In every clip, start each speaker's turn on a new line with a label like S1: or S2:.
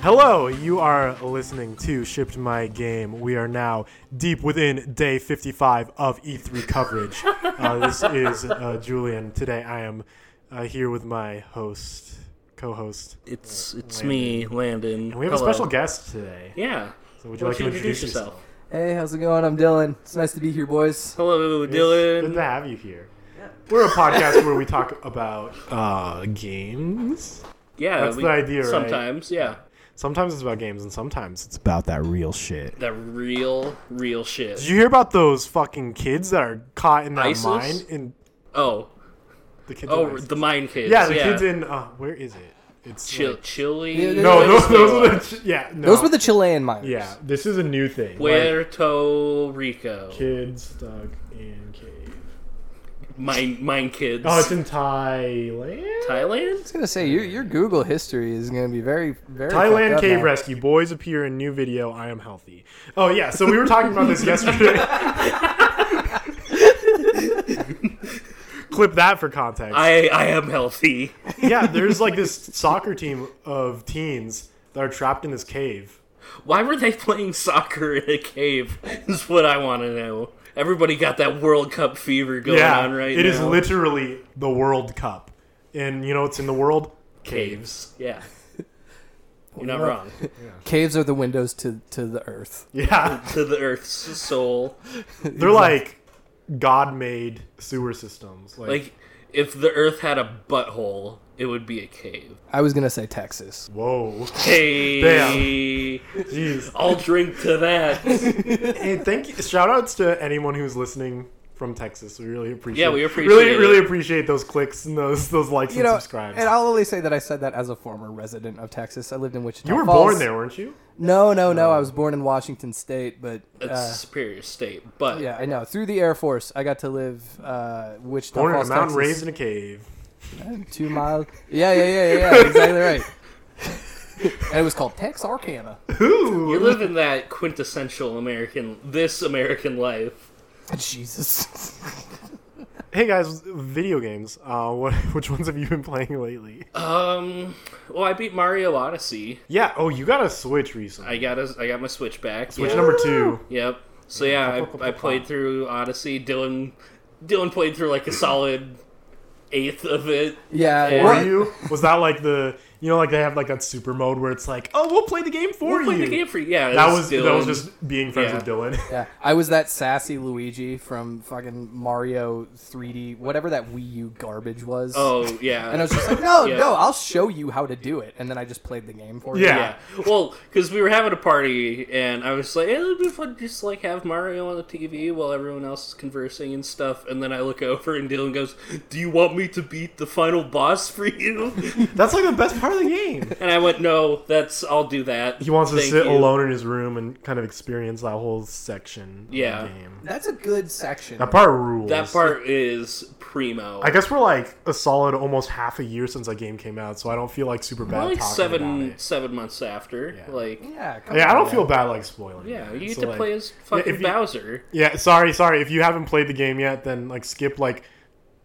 S1: Hello, you are listening to Shipped My Game. We are now deep within day 55 of E3 coverage. Uh, this is uh, Julian. Today I am uh, here with my host, co host.
S2: It's it's me, Landon.
S1: And we have a
S2: Hello.
S1: special guest today.
S2: Yeah.
S1: So would you
S2: Why
S1: like
S2: don't
S1: to introduce yourself?
S3: Hey, how's it going? I'm Dylan. It's nice to be here, boys.
S2: Hello,
S1: It's Good to
S2: Dylan.
S1: have you here. We're a podcast where we talk about uh, games.
S2: Yeah,
S1: That's the idea, right?
S2: Sometimes, yeah.
S1: Sometimes it's about games, and sometimes it's about that real shit.
S2: The real, real shit.
S1: Did you hear about those fucking kids that are caught in that
S2: ISIS?
S1: mine? In
S2: oh,
S1: the kids in
S2: oh,
S1: ISIS?
S2: the mine kids.
S1: Yeah, the kids in uh, where is it? It's
S2: Chil-
S1: like-
S2: Chile.
S3: Yeah,
S1: no,
S3: Yeah,
S1: those, those are the ch- yeah. No.
S3: Those were the Chilean miners.
S1: yeah. This is a new thing. Like,
S2: Puerto Rico.
S1: kids stuck in cave.
S2: Mine, mine kids.
S1: Oh, it's in Thailand.
S2: Thailand.
S3: I was gonna say your your Google history is gonna be very very. fucked
S1: Thailand
S3: up
S1: cave
S3: now.
S1: rescue boys appear in new video. I am healthy. Oh yeah, so we were talking about this yesterday. Clip that for context.
S2: I I am healthy.
S1: yeah, there's like this soccer team of teens that are trapped in this cave.
S2: Why were they playing soccer in a cave? Is what I want to know. Everybody got that World Cup fever going on right
S1: it
S2: now.
S1: is literally the World Cup, and you know what's in the world? Caves.
S2: Yeah. You're not wrong.
S3: Caves are the windows to to the earth.
S1: Yeah,
S2: to the Earth's soul.
S1: they're like God-made sewer systems. Like,
S2: Like, if the Earth had a butthole, it would be a cave.
S3: I was gonna say Texas.
S1: whoa,
S2: Hey,
S1: jeez.
S2: I'll drink to that.
S1: Hey, thank you. Shout outs to anyone who's listening from Texas. We really appreciate.
S2: Yeah, we
S1: really,
S2: appreciate it.
S1: really appreciate those clicks and those those likes
S3: You
S1: and
S3: know,
S1: subscribes.
S3: and I'll only say that I said that as a former resident of Texas. I lived in Wichita.
S1: you were
S3: Falls.
S1: born there, weren't you?
S3: No, no, no. I was born in Washington State, but
S2: It's a
S3: uh,
S2: superior state, but
S3: yeah, I know. Through the Air Force, I got to live uh, Wichita
S1: Born in a
S3: Falls,
S1: mountain, raised in
S3: Texas.
S1: a cave.
S3: two miles. Yeah, yeah, yeah, yeah. yeah, Exactly right. and it was called Texarkana.
S2: you live in that quintessential American, this American life.
S3: Jesus.
S1: Hey guys, video games. Uh, what, which ones have you been playing lately?
S2: Um, well, I beat Mario Odyssey.
S1: Yeah. Oh, you got a Switch recently.
S2: I got a, I got my Switch back.
S1: Switch
S2: yeah.
S1: number two.
S2: Yep. So yeah, I, I played through Odyssey. Dylan, Dylan played through like a solid eighth of it.
S3: Yeah.
S2: Yeah.
S1: For
S3: what-
S1: you? Was that like the you know like they have like that super mode where it's like, oh, we'll play the game for
S2: We'll play
S1: you.
S2: the game for you. Yeah,
S1: That was
S2: it's
S1: that was
S2: Dylan.
S1: just being friends
S2: Yeah.
S1: with Dylan.
S3: Yeah. I was that sassy Luigi from fucking Mario 3D, whatever that Wii U garbage was.
S2: Oh yeah.
S3: And I was just like, no,
S2: Yeah.
S3: no, I'll show you how to do it. And then I just played the game for you.
S1: Yeah.
S2: yeah. Well, because we were having a party, and I was like, "Eh, it'd be fun to just like have Mario on the TV while everyone else is conversing and stuff. And then I look over, and Dylan goes, "Do you want me to beat the final boss for you?"
S1: That's like the best part of the game.
S2: and I went, "No, that's I'll do that."
S1: He wants to
S2: Thank
S1: sit
S2: you."
S1: alone in his room and kind of experience that whole section. of the
S2: Yeah.
S1: game.
S3: That's a good section.
S1: That part rules.
S2: That part is primo.
S1: I guess we're like a solid almost half a year since that game came out, so I don't feel like super bad.
S2: Well, like
S1: talking about
S2: seven
S1: it.
S2: seven months after,
S1: Yeah.
S2: like
S3: Yeah. come
S1: Yeah, I
S3: on,
S1: don't
S3: man.
S1: feel bad like spoiling.
S2: yeah,
S1: it.
S2: you get
S1: So,
S2: to
S1: like-
S2: play as fucking
S1: if you-
S2: Bowser.
S1: Yeah, sorry, sorry. If you haven't played the game yet, then like skip like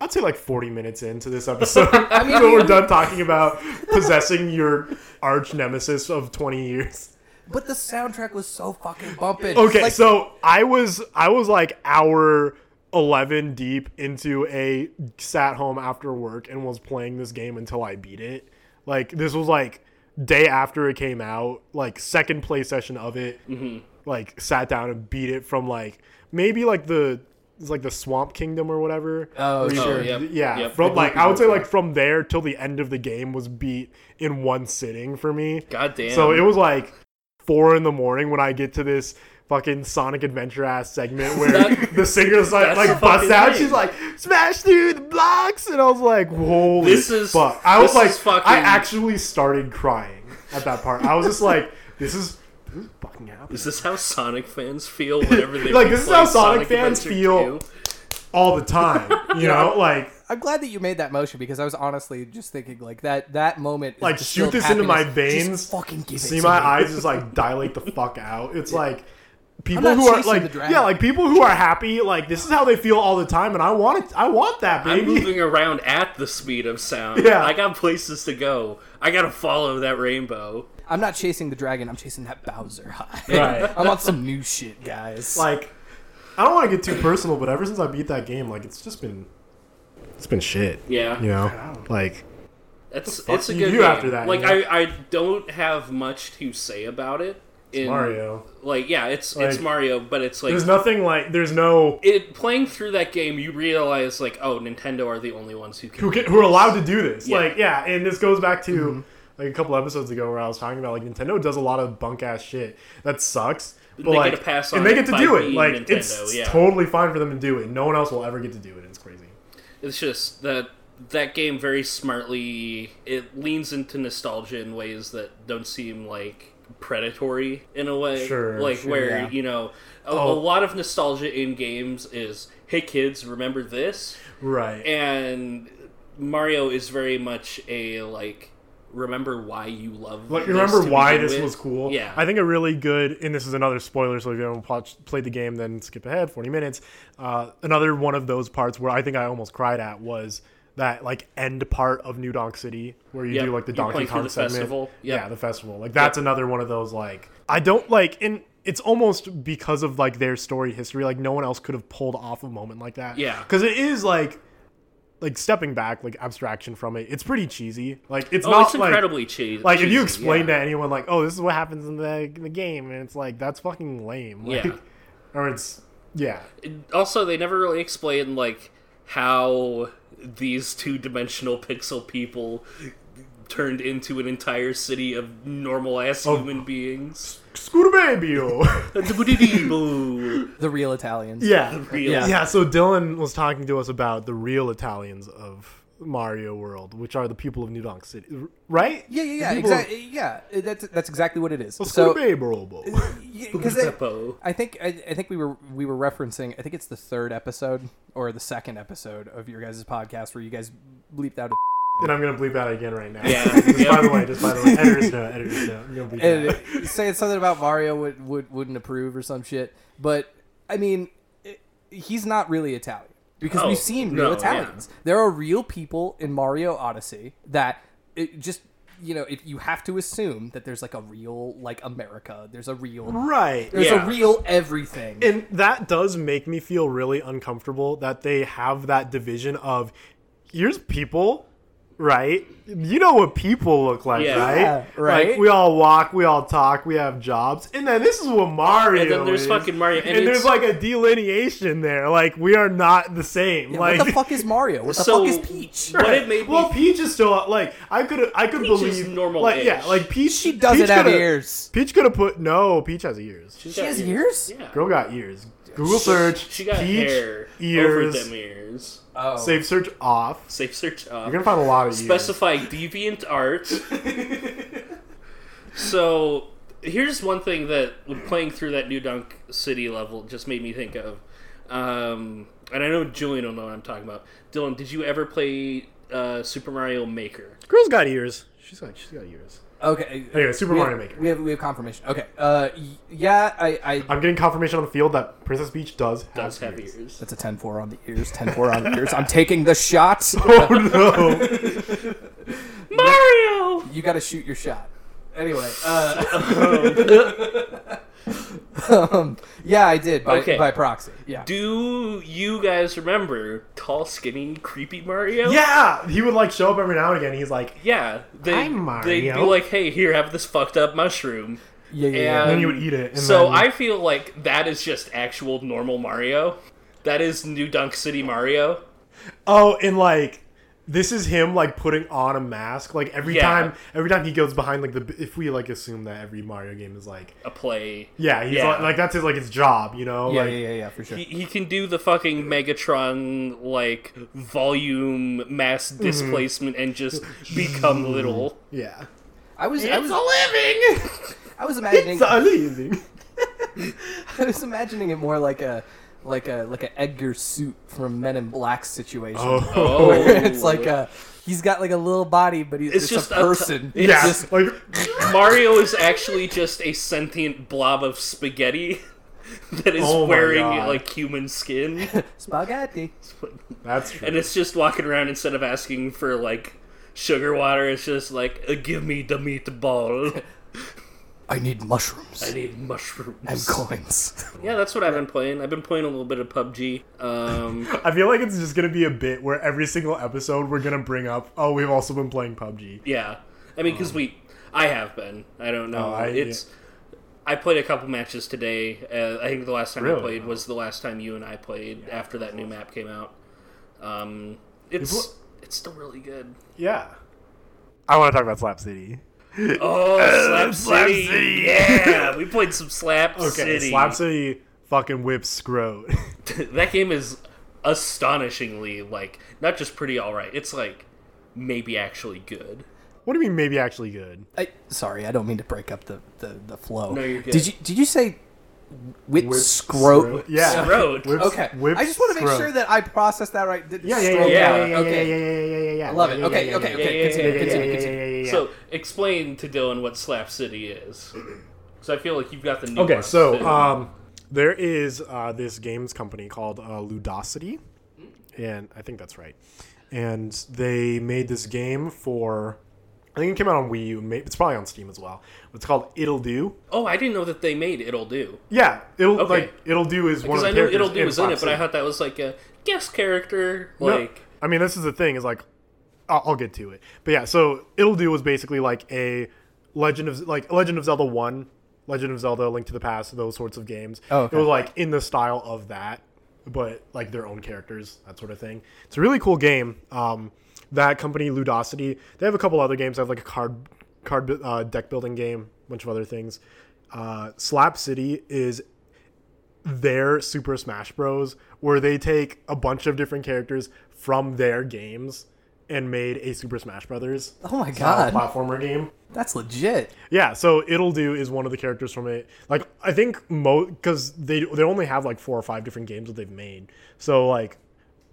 S1: I'd say like forty minutes into this episode. I
S3: mean-
S1: we're done talking about possessing your arch nemesis of twenty years.
S3: But the soundtrack was so fucking bumping.
S1: Okay,
S3: Like,
S1: so I was I was like hour eleven deep into a sat home after work and was playing this game until I beat it. Like this was like day after it came out, like second play session of it. Mm-hmm. Like sat down and beat it from like maybe like the it's like the Swamp Kingdom or whatever.
S3: Oh,
S1: Or-
S3: sure.
S2: yep,
S1: Yeah,
S2: yep.
S1: from like I would say like from there till the end of the game was beat in one sitting for me.
S2: Goddamn.
S1: So it was like four in the morning when I get to this fucking Sonic Adventure ass segment where
S2: That-
S1: the singer's like,
S2: that's
S1: like
S2: the fucking
S1: busts out.
S2: thing.
S1: She's like, smash through the blocks, and I was like, whoa,
S2: This is-
S1: fuck. I was
S2: this
S1: like,
S2: is fucking-
S1: I actually started crying at that part. I was just like, this is. this is Fucking happening
S2: is this how Sonic fans feel whenever they
S1: Like, this is
S2: replay
S1: how Sonic fans
S2: Adventure
S1: feel.
S2: 2?
S1: all the time, you know, like
S3: I'm glad that you made that motion because I was honestly just thinking like that that moment. is
S1: Like,
S3: distilled
S1: shoot this into my
S3: happiness.
S1: veins.
S3: Just fucking give it
S1: see
S3: to
S1: my
S3: me.
S1: eyes just like dilate the fuck out. It's like people
S3: not
S1: who are
S3: chasing the
S1: like
S3: dragon.
S1: yeah, like people who are happy. Like this is how they feel all the time, and I want it. I want that,
S2: I'm
S1: baby.
S2: moving around at the speed of sound.
S1: Yeah.
S2: I got places to go. I gotta follow that rainbow.
S3: I'm not chasing the dragon. I'm chasing that Bowser high.
S1: Right.
S3: I want some new shit, guys.
S1: Like, I don't want to get too personal, but ever since I beat that game, like it's just been, it's been shit.
S2: Yeah.
S1: You know, like
S2: That's
S1: fuck
S2: it's a
S1: do
S2: good
S1: you do
S2: game.
S1: after that,
S2: Like
S1: you know?
S2: I, I don't have much to say about it. In,
S1: Mario.
S2: Like yeah, it's it's
S1: Like,
S2: Mario, but it's like
S1: There's nothing like there's no
S2: it playing through that game, you realize like oh, Nintendo are the only ones who can.
S1: who,
S2: do
S1: can, who are
S2: this.
S1: allowed to do this.
S2: Yeah. Mm-hmm.
S1: Like, yeah, and this goes back to like a couple episodes ago where I was talking about like Nintendo does a lot of bunk ass shit that sucks, but
S2: They get
S1: like
S2: a pass on
S1: and they
S2: it
S1: get to
S2: by
S1: do it.
S2: being
S1: Like, it's
S2: Nintendo, yeah.
S1: totally fine for them to do it. No one else will ever get to do it. It's crazy.
S2: It's just that that game very smartly it leans into nostalgia in ways that don't seem like predatory in a way.
S1: Sure,
S2: like
S1: sure,
S2: where
S3: yeah.
S2: you know a,
S1: Oh.
S2: a lot of nostalgia in games is hey kids, remember this.
S1: Right.
S2: and Mario is very much a like remember why you love
S1: Like,
S2: this
S1: remember
S2: to
S1: why
S2: begin
S1: this
S2: with.
S1: was cool?
S2: Yeah,
S1: I think a really good, and this is another spoiler, so if you haven't watched, played the game, then skip ahead 40 minutes. Uh, another one of those parts where I think I almost cried at was that, like, end part of New Donk City, where you
S2: Yep,
S1: do, like, the
S2: you're
S1: Donkey
S2: playing through
S1: Kong
S2: the
S1: segment.
S2: festival, yep.
S1: Yeah, the festival. Like, that's another one of those, like, I don't, like, and it's almost because of, like, their story history. Like, no one else could have pulled off a moment like that.
S2: Yeah.
S1: Because it is, like, like stepping back, like abstraction from it, it's pretty cheesy. Like it's
S2: oh,
S1: not
S2: it's
S1: like
S2: incredibly cheesy.
S1: like if you
S2: cheesy,
S1: explain
S2: yeah.
S1: to anyone like oh this is what happens in the, in the game and it's like that's fucking lame like,
S2: Yeah.
S1: or it's yeah
S2: Also, they never really explain like how these two-dimensional pixel people turned into an entire city of normal ass
S1: Oh.
S2: human beings.
S1: scooter baby oh.
S2: Doobity-dee-boo.
S3: the real Italians.
S1: yeah
S2: Real.
S3: Yeah.
S1: yeah so dylan was talking to us about the real italians of mario world which are the people of new donk city right
S3: Yeah, yeah, yeah,
S1: people-
S3: exactly. Yeah, that's that's exactly what it is.
S1: scooter
S3: So,
S1: baby robo
S3: because
S2: Zeppo.
S3: I think I, I think we were we were referencing. I think it's the third episode or the second episode of your guys' podcast where you guys bleeped out.
S1: and i'm gonna bleep that again right now
S2: Yeah.
S1: just by
S2: Yep.
S1: the way just by the way editor's note editor's note I'm gonna bleep that.
S3: and saying something about Mario would, would wouldn't approve or some shit. But I mean, it, he's not really Italian because
S2: Oh,
S3: we've seen real
S2: no,
S3: Italians. There are real people in Mario Odyssey that it just you know if you have to assume that there's like a real like America, there's a
S1: Oh,
S3: real
S1: right
S3: there's
S2: Yeah.
S3: a real everything.
S1: and that does make me feel really uncomfortable that they have that division of here's people right you know what people look like
S2: Yeah.
S1: right
S3: Yeah, right.
S1: Like, we all walk we all talk we have jobs and then this is what mario
S2: And then there's
S1: is.
S2: fucking Mario, and
S1: and, there's
S2: it's-
S1: like a delineation there like we are not the same
S3: Yeah,
S1: like
S3: what the fuck is Mario? What the
S2: So-
S3: fuck is Peach?
S2: What it made me
S1: well, Peach is still like I could I could
S2: Peach is
S1: believe
S2: normal
S1: like yeah
S2: ish.
S1: like Peach
S3: She doesn't
S1: Peach
S3: have
S1: coulda-
S3: ears.
S1: Peach could have put no Peach has ears
S3: She has ears.
S2: Yeah.
S1: girl got ears Google search
S2: She got
S1: Peach
S2: hair
S1: ears
S2: over them ears.
S3: Oh.
S1: Safe search off.
S2: Safe search up.
S1: You're gonna find a lot of you.
S2: Specify deviant art. so here's one thing that when playing through that New Dunk City level just made me think of. Um, and I know Julian will know what I'm talking about. Dylan, did you ever play uh, Super Mario Maker?
S1: Girl's got ears. She's got she's got ears.
S3: Okay.
S1: Anyway, Super
S3: we
S1: Mario
S3: have,
S1: Maker.
S3: We have we have confirmation. Okay. Uh, y- yeah, I, I
S1: I'm getting confirmation on the field that Princess Peach does have,
S2: Does have
S1: ears.
S2: ears.
S3: That's a 10 4 on the ears, 10 4 on the ears. I'm taking the shot.
S1: Oh no!
S2: Mario!
S3: You got to shoot your shot. Anyway, uh, um, yeah, I did by,
S2: Okay.
S3: by proxy. Yeah.
S2: Do you guys remember tall, skinny, creepy Mario?
S1: yeah, he would like show up every now and again. He's like,
S2: Yeah, they
S1: I'm Mario.
S2: they'd be like, "Hey, here, have this fucked up mushroom."
S3: yeah, yeah, yeah.
S2: And
S1: then you would eat it. And
S2: so
S1: then-
S2: I feel like that is just actual normal Mario. That is New Dunk City Mario.
S1: oh, and like. This is him like putting on a mask. Like every
S2: Yeah.
S1: time, every time he goes behind like the. If we like assume that every Mario game is like,
S2: A play.
S1: yeah, he's
S2: Yeah.
S1: Like, like that's his like his job, you know.
S3: yeah,
S1: like,
S3: yeah, yeah, yeah, for sure.
S2: He, he can do the fucking Megatron like volume mass
S1: Mm-hmm.
S2: displacement and just become little.
S1: yeah.
S3: I was, I was,
S2: living.
S3: I was imagining,
S1: It's amazing.
S3: I was imagining it more like a, like a, like a Edgar suit from Men in Black situation.
S2: Oh,
S3: it's like a, he's got like a little body, but he's
S2: It's
S3: it's
S2: just
S3: a
S2: a t-
S3: person.
S2: it's
S1: yeah,
S3: just-
S1: like
S2: Mario is actually just a sentient blob of spaghetti that is
S1: Oh my
S2: wearing
S1: God.
S2: like human skin.
S3: Spaghetti.
S1: that's true.
S2: and it's just walking around instead of asking for like sugar water it's just like uh, give me the meatball
S3: I need mushrooms
S2: I need mushrooms.
S3: and coins.
S2: Yeah, that's what I've been playing. I've been playing a little bit of PUBG. Um,
S1: I feel like it's just gonna be a bit where every single episode we're gonna bring up. Oh, we've also been playing PUBG.
S2: yeah, I mean, because we, I have been. I don't know.
S1: Um, Oh, I-
S2: it's. I played a couple matches today. Uh, I think the last time I
S1: Really? Oh.
S2: played was the last time you and I played after that new map came out. Um, it's
S1: pl-
S2: it's still really good.
S1: Yeah. I want to talk about Slap City.
S2: Oh, Slap,
S1: Slap
S2: City.
S1: City.
S2: Yeah, we played some Slap
S1: Okay,
S2: City.
S1: Slap City fucking whips Scroat.
S2: that game is astonishingly like not just pretty all right. It's like maybe actually good.
S1: what do you mean maybe actually good?
S3: I, sorry, I don't mean to break up the, the, the flow.
S2: No, you're good.
S3: Did you did you say with
S1: Whip
S3: scroat?
S1: Yeah.
S2: Scroat.
S1: Whips-
S3: Okay,
S1: whips
S3: I just want to make
S1: Scroat.
S3: sure that I process that right. Did-
S1: Yeah, yeah, yeah,
S3: scroat-
S1: yeah, yeah,
S2: Yeah,
S1: yeah,
S3: okay.
S1: yeah, yeah, yeah, yeah, yeah, yeah.
S3: Love it.
S1: Yeah,
S3: Okay,
S1: yeah, yeah,
S3: okay,
S1: yeah,
S3: okay.
S2: yeah, yeah,
S3: continue,
S1: yeah,
S3: continue,
S1: yeah,
S3: continue.
S1: yeah, yeah, yeah.
S2: So explain to Dylan what Slap City is. So I feel like you've got the new
S1: Okay, so um, there is uh, this games company called uh, Ludosity, and I think that's right. And they made this game for, I think it came out on Wii U. may- It's probably on Steam as well. It's called It'll Do.
S2: oh, I didn't know that they made It'll Do
S1: Yeah, it'll
S2: Okay.
S1: like It'll Do is one of
S2: because
S1: the
S2: I knew
S1: characters
S2: It'll Do was in
S1: Slap
S2: it, but I
S1: City.
S2: thought that was like a guest character.
S1: No,
S2: Like
S1: I mean, this is the thing is like, I'll, I'll get to it. But yeah, so It'll Do was basically like a Legend of like Legend of Zelda One, Legend of Zelda: Link to the Past, those sorts of games.
S3: Oh, okay.
S1: it was like in the style of that, but like their own characters, that sort of thing. It's a really cool game. Um, that company Ludosity, they have a couple other games. They have like a card card bu- uh, deck building game, a bunch of other things. Uh, Slap City is their Super Smash Bros, where they take a bunch of different characters from their games and made a Super Smash Brothers
S3: Oh my
S1: uh,
S3: god,
S1: platformer game.
S3: that's legit.
S1: Yeah, so it'll do is one of the characters from it. Like I think mo because they they only have like four or five different games that they've made. So like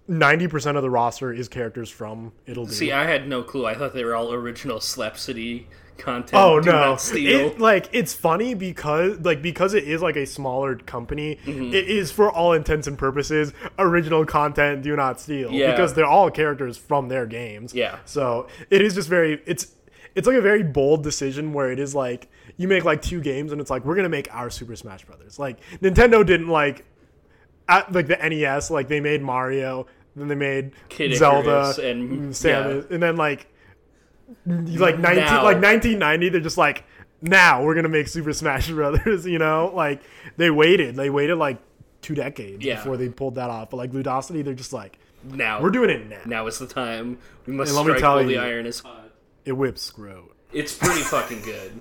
S1: ninety percent of the roster is characters from it'll do.
S2: see, I had no clue. I thought they were all original Slap City content.
S1: Oh
S2: Do
S1: no!
S2: not steal.
S1: It, like it's funny because like because it is like a smaller company,
S2: Mm-hmm.
S1: it is for all intents and purposes original content. Do not steal
S2: Yeah.
S1: because they're all characters from their games.
S2: Yeah.
S1: So it is just very it's it's like a very bold decision where it is like you make like two games and it's like we're gonna make our Super Smash Brothers. Like Nintendo didn't like at like the NES like they made Mario, then they made
S2: Kid
S1: Zelda
S2: Icarus and-
S1: Samus, and then like like 19
S2: Now.
S1: like 1990 they're just like now we're gonna make super smash brothers you know like they waited they waited like two decades
S2: Yeah.
S1: before they pulled that off but like ludosity they're just like
S2: now
S1: we're doing it now,
S2: Now is the time. We must
S1: And let me
S2: strike
S1: tell
S2: while the
S1: you-
S2: iron is hot.
S1: it whips grow
S2: It's pretty fucking good.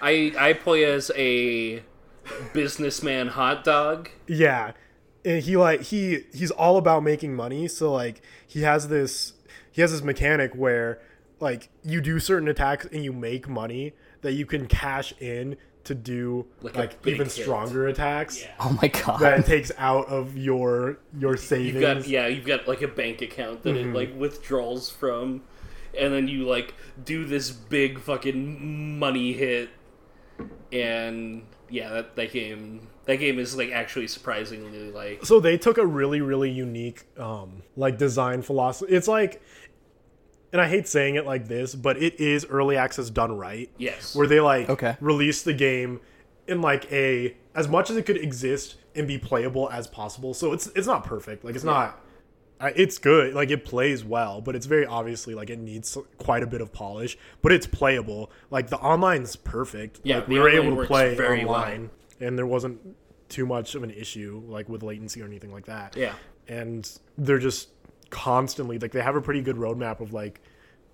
S2: I I play as a businessman hot dog.
S1: yeah and he like he he's all about making money so like he has this he has this mechanic where like you do certain attacks and you make money that you can cash in to do
S2: Like
S1: like,
S2: a big
S1: even
S2: hit.
S1: stronger attacks
S3: Oh my god.
S1: that takes out of your your savings
S2: You've got yeah, you've got like a bank account that it like withdraws from, and then you like do this big fucking money hit, and yeah, that that game that game is like actually surprisingly like
S1: so they took a really really unique um like design philosophy it's like and i hate saying it like this but it is early access done right
S2: yes.
S1: where they like
S3: Okay.
S1: release the game in like a as much as it could exist and be playable as possible so it's it's not perfect like it's not not it's good like it plays well but it's very obviously like it needs quite a bit of polish but it's playable like the online's perfect
S2: Yeah,
S1: like,
S2: the
S1: we were
S2: online
S1: able to
S2: works
S1: play
S2: very well.
S1: online and there wasn't too much of an issue like with latency or anything like that
S2: Yeah.
S1: and they're just constantly like they have a pretty good roadmap of like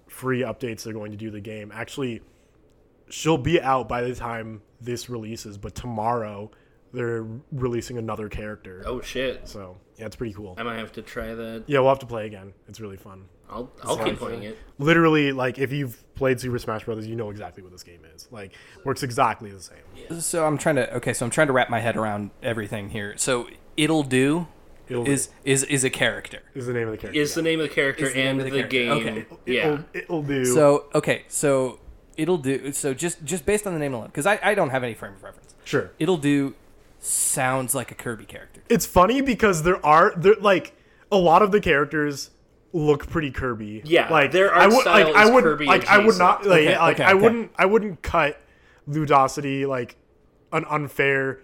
S1: free updates they're going to do the game actually she'll be out by the time this releases but tomorrow they're releasing another character
S2: oh shit,
S1: so yeah it's pretty cool
S2: I might have to try that.
S1: yeah we'll have to play again it's really fun
S2: I'll I'll
S1: Sounds
S2: keep playing
S1: fun.
S2: it.
S1: literally like if you've played super smash brothers you know exactly what this game is like works exactly the same
S3: So I'm trying to okay. So I'm trying to wrap my head around everything here. So it'll do
S1: It'll
S3: is is is a character.
S1: is the name of the character
S2: Is the name of the character
S3: Is the name
S2: and
S3: of
S2: the,
S3: the
S2: game?
S3: character.
S1: yeah.
S2: Yeah.
S1: it'll, it'll do
S3: So okay. So it'll do. So just just based on the name alone, because I I don't have any frame of reference.
S1: sure
S3: It'll do sounds like a Kirby character.
S1: it's funny because there are there like a lot of the characters look pretty Kirby.
S2: Yeah,
S1: like
S2: their
S1: I
S2: art
S1: would
S2: style
S1: like I
S2: is
S1: would
S2: Kirby
S1: like I would
S2: adjacent.
S1: not like,
S3: Okay,
S1: like
S3: okay,
S1: I
S3: okay.
S1: wouldn't I wouldn't cut ludosity like an unfair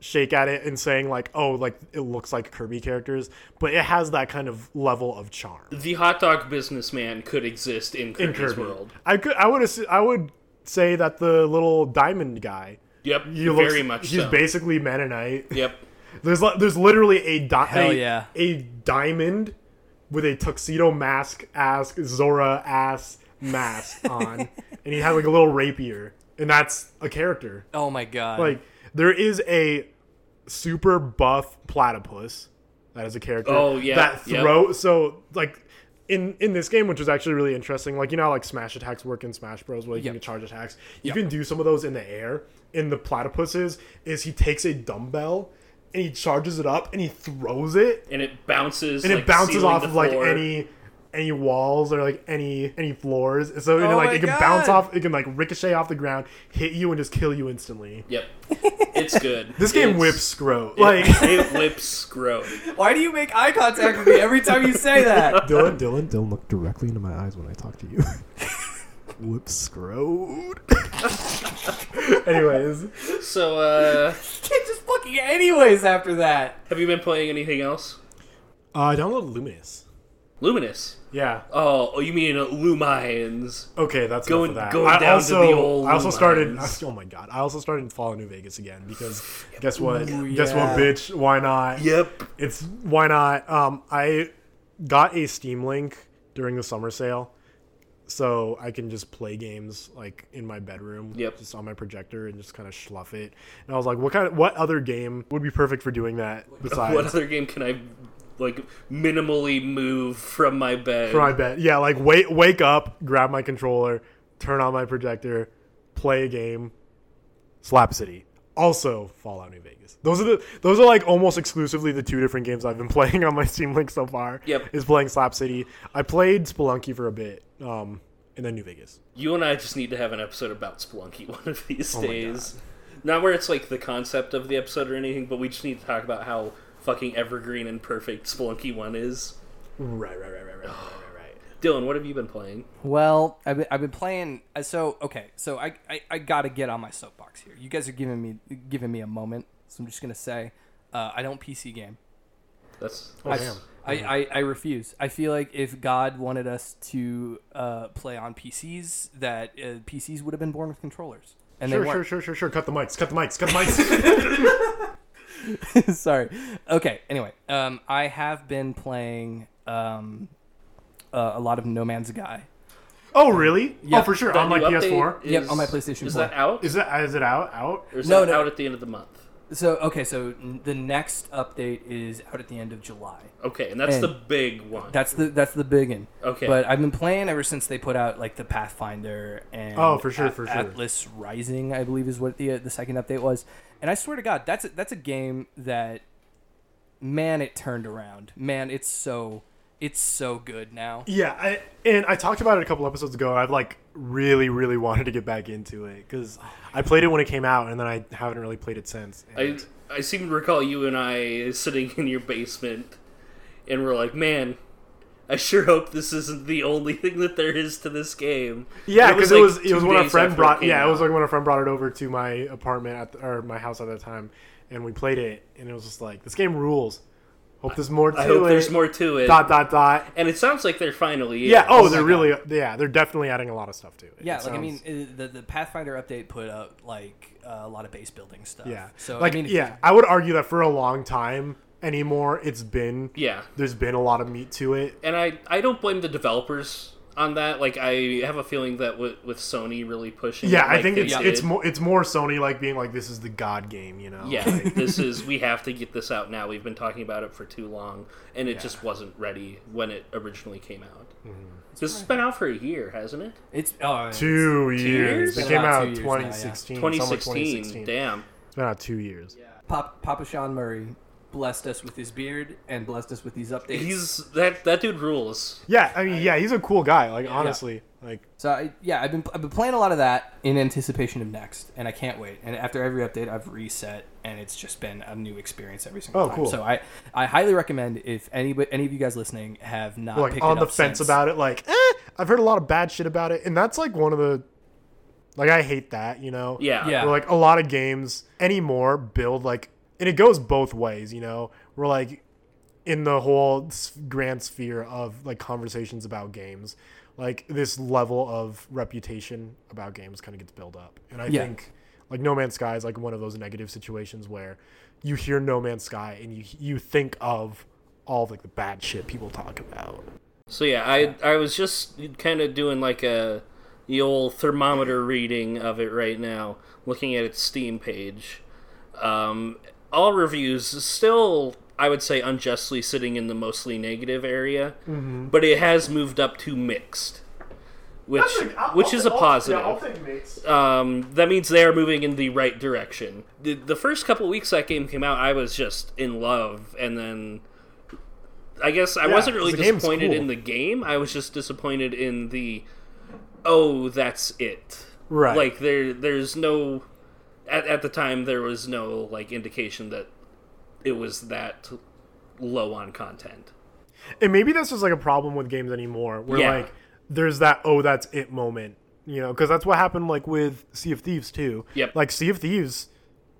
S1: shake at it and saying like oh like it looks like kirby characters but it has that kind of level of charm
S2: The hot dog businessman could exist in
S1: in
S2: Kirby's
S1: kirby
S2: world.
S1: i could i would assu- i would say that the little diamond guy
S2: Yep,
S1: he looks,
S2: very much
S1: he's
S2: so.
S1: basically mennonite
S2: yep.
S1: There's li- there's literally a di-
S3: Hell
S1: a,
S3: yeah.
S1: a diamond with a tuxedo mask ass Zora ass mask on, and he had like a little rapier, and that's a character.
S3: Oh my god.
S1: Like there is a super buff platypus that is a character.
S2: Oh, yeah,
S1: that
S2: yeah.
S1: throw. So like. In, in this game, which is actually really interesting, like you know, how, like smash attacks work in Smash Bros. Where you
S3: Yep.
S1: can charge attacks. You can do some of those in the air. In the platypuses, is he takes a dumbbell and he charges it up and he throws it
S2: And it bounces.
S1: and
S2: like,
S1: it bounces
S2: ceiling
S1: off
S2: to
S1: of like
S2: floor.
S1: any any walls or like any any floors. And so and
S3: Oh
S1: like
S3: my
S1: it can bounce
S3: God.
S1: off, it can like ricochet off the ground, hit you, and just kill you instantly.
S2: Yep, it's good.
S1: This game
S2: It's-
S1: whips Scro.
S2: It,
S1: Like
S2: it whips grow.
S3: Why do you make eye contact with me every time you say that?
S1: Dylan, Dylan, Dylan, look directly into my eyes when I talk to you. Whips Scrode. Anyways,
S2: So, uh,
S3: Just fucking anyways after that.
S2: have you been playing anything else?
S1: uh, I downloaded Luminous.
S2: Luminous.
S1: Yeah.
S2: Oh, oh, you mean uh, Lumines?
S1: Okay, that's going,
S2: Going-
S1: enough of that.
S2: going
S1: I
S2: down to
S1: also,
S2: the old
S1: I also started.
S2: mines.
S1: Oh my god! I also started Fallout New Vegas again because guess what?
S3: Ooh,
S1: Guess what,
S3: yeah.
S1: bitch? Why not?
S2: Yep.
S1: It's why not? Um, I got a Steam Link during the summer sale, so I can just play games like in my bedroom,
S2: Yep.
S1: just on my projector and just kind of schluff it. And I was like, what kind of what other game would be perfect for doing that besides?
S2: What other game can I like minimally move from my bed?
S1: for my bed. Yeah, like wake wake up, grab my controller, turn on my projector, play a game, Slap City. Also Fallout New Vegas. Those are the those are like almost exclusively the two different games I've been playing on my Steam Link so far.
S2: Yep.
S1: Is playing Slap City. I played Spelunky for a bit, um, and then New Vegas.
S2: You and I just need to have an episode about Spelunky one of these days. Not where it's like the concept of the episode or anything, but we just need to talk about how fucking evergreen and perfect Spelunky one is.
S1: Right, right, right, right, right, right, right.
S2: Dylan, what have you been playing?
S3: Well, I've been, I've been playing. uh, So okay, so I, I I gotta get on my soapbox here. You guys are giving me giving me a moment, so I'm just gonna say, uh, I don't PC game.
S2: That's
S1: Oh, damn.
S3: I, I, I refuse. I feel like if God wanted us to uh, play on PCs, that uh, PCs would have been born with controllers, and
S1: Sure,
S3: they weren't.
S1: sure, sure, sure, sure. Cut the mics. Cut the mics. Cut the mics.
S3: Sorry. Okay. Anyway, um, I have been playing um, uh, a lot of No Man's Sky.
S1: oh, really?
S3: Yeah.
S1: Oh, for sure.
S2: That
S1: On my
S2: new update
S1: PS4.
S3: Yep, on my PlayStation
S2: Is
S3: 4.
S2: that out?
S1: Is that is it out? Out?
S2: or is
S3: No,
S2: that
S3: no.
S2: out at the end of the month?
S3: So okay, so n- the next update is out at the end of July.
S2: Okay, and that's
S3: And-
S2: the big one.
S3: That's the that's the big one.
S2: Okay.
S3: But I've been playing ever since they put out like the Pathfinder and
S1: Oh, for sure, for sure.
S3: Atlas Rising, I believe, is what the uh, the second update was. And I swear to God, that's a, that's a game that, man, it turned around. Man, it's so it's so good now.
S1: Yeah, I, and I talked about it a couple episodes ago. I've like really, really wanted to get back into it because I played it when it came out, and then I haven't really played it since.
S2: I I seem to recall you and I sitting in your basement, and we're like, man. I sure hope this isn't the only thing that there is to this game.
S1: yeah,
S2: And
S1: because it was
S2: like,
S1: it
S2: two
S1: was when a
S2: days
S1: friend
S2: after
S1: brought
S2: came
S1: yeah it was
S2: out.
S1: like when a friend brought it over to my apartment at the, or my house at that time, and we played it, and it was just like this game rules. Hope there's more to
S2: I hope
S1: it.
S2: there's more to it.
S1: dot dot dot.
S2: And it sounds like they're finally. in.
S1: Yeah. Oh, they're
S3: my
S1: really yeah they're definitely adding a lot of stuff to it.
S3: Yeah,
S1: It
S3: like I mean,
S1: sounds-
S3: uh, the the Pathfinder update put out like uh, a lot of base building stuff.
S1: yeah.
S3: So
S1: like
S3: I mean,
S1: yeah, I would argue that for a long time anymore, it's been
S2: Yeah.
S1: there's been a lot of meat to it.
S2: And I, I don't blame the developers on that. Like, I have a feeling that with, with Sony really pushing.
S1: Yeah,
S2: it
S1: I
S2: like
S1: think
S2: they
S1: it's
S2: did-
S1: it's more it's more Sony like being like this is the god game, you know.
S2: Yeah, like, this is. We have to get this out now. We've been talking about it for too long, and it just wasn't ready when it originally came out. This has been out for a year, hasn't it?
S3: it's oh, it's-
S1: Two
S2: years?
S1: years. It
S3: It's
S1: came
S3: been about
S1: out
S3: two years now, yeah.
S1: 2016. summer
S2: 2016.
S1: 2016.
S2: Damn.
S1: It's been out two years.
S3: Pop, Papa Sean Murray blessed us with his beard and blessed us with these updates.
S2: He's that that dude rules.
S1: Yeah, I mean, yeah, he's a cool guy. Like honestly, like
S3: So I, yeah, I've been I've been playing a lot of that in anticipation of next, and I can't wait. And after every update, I've reset, and it's just been a new experience every single
S1: Oh,
S3: time.
S1: cool.
S3: So I, I highly recommend if any any of you guys listening have not
S1: like
S3: picked
S1: on
S3: it
S1: the
S3: up
S1: fence
S3: since-
S1: about it. Like eh, I've heard a lot of bad shit about it, and that's like one of the Like I hate that, you know.
S2: Yeah.
S3: Yeah.
S1: Where, like a lot of games anymore build like, and it goes both ways, you know. We're like in the whole s- grand sphere of like conversations about games, like this level of reputation about games kind of gets built up, and I
S3: Yeah.
S1: think like No Man's Sky is like one of those negative situations where you hear No Man's Sky and you you think of all like the bad shit people talk about.
S2: So yeah, I I was just kind of doing like a the old thermometer reading of it right now, looking at its Steam page. Um, all reviews is still, I would say, unjustly sitting in the mostly negative area, but it has moved up to mixed, which which is a positive um, that means they are moving in the right direction. The, the first couple weeks that game came out, I was just in love, and then I guess I
S1: Yeah,
S2: wasn't really
S1: 'cause the game's
S2: disappointed
S1: cool.
S2: in the game. I was just disappointed in the oh, that's it.
S1: Right.
S2: Like there, there's no at at the time there was no like indication that it was that low on content.
S1: and maybe that's just like a problem with games anymore where
S2: Yeah.
S1: like there's that oh that's it moment you know because that's what happened like with sea of thieves too
S2: Yep.
S1: like sea of thieves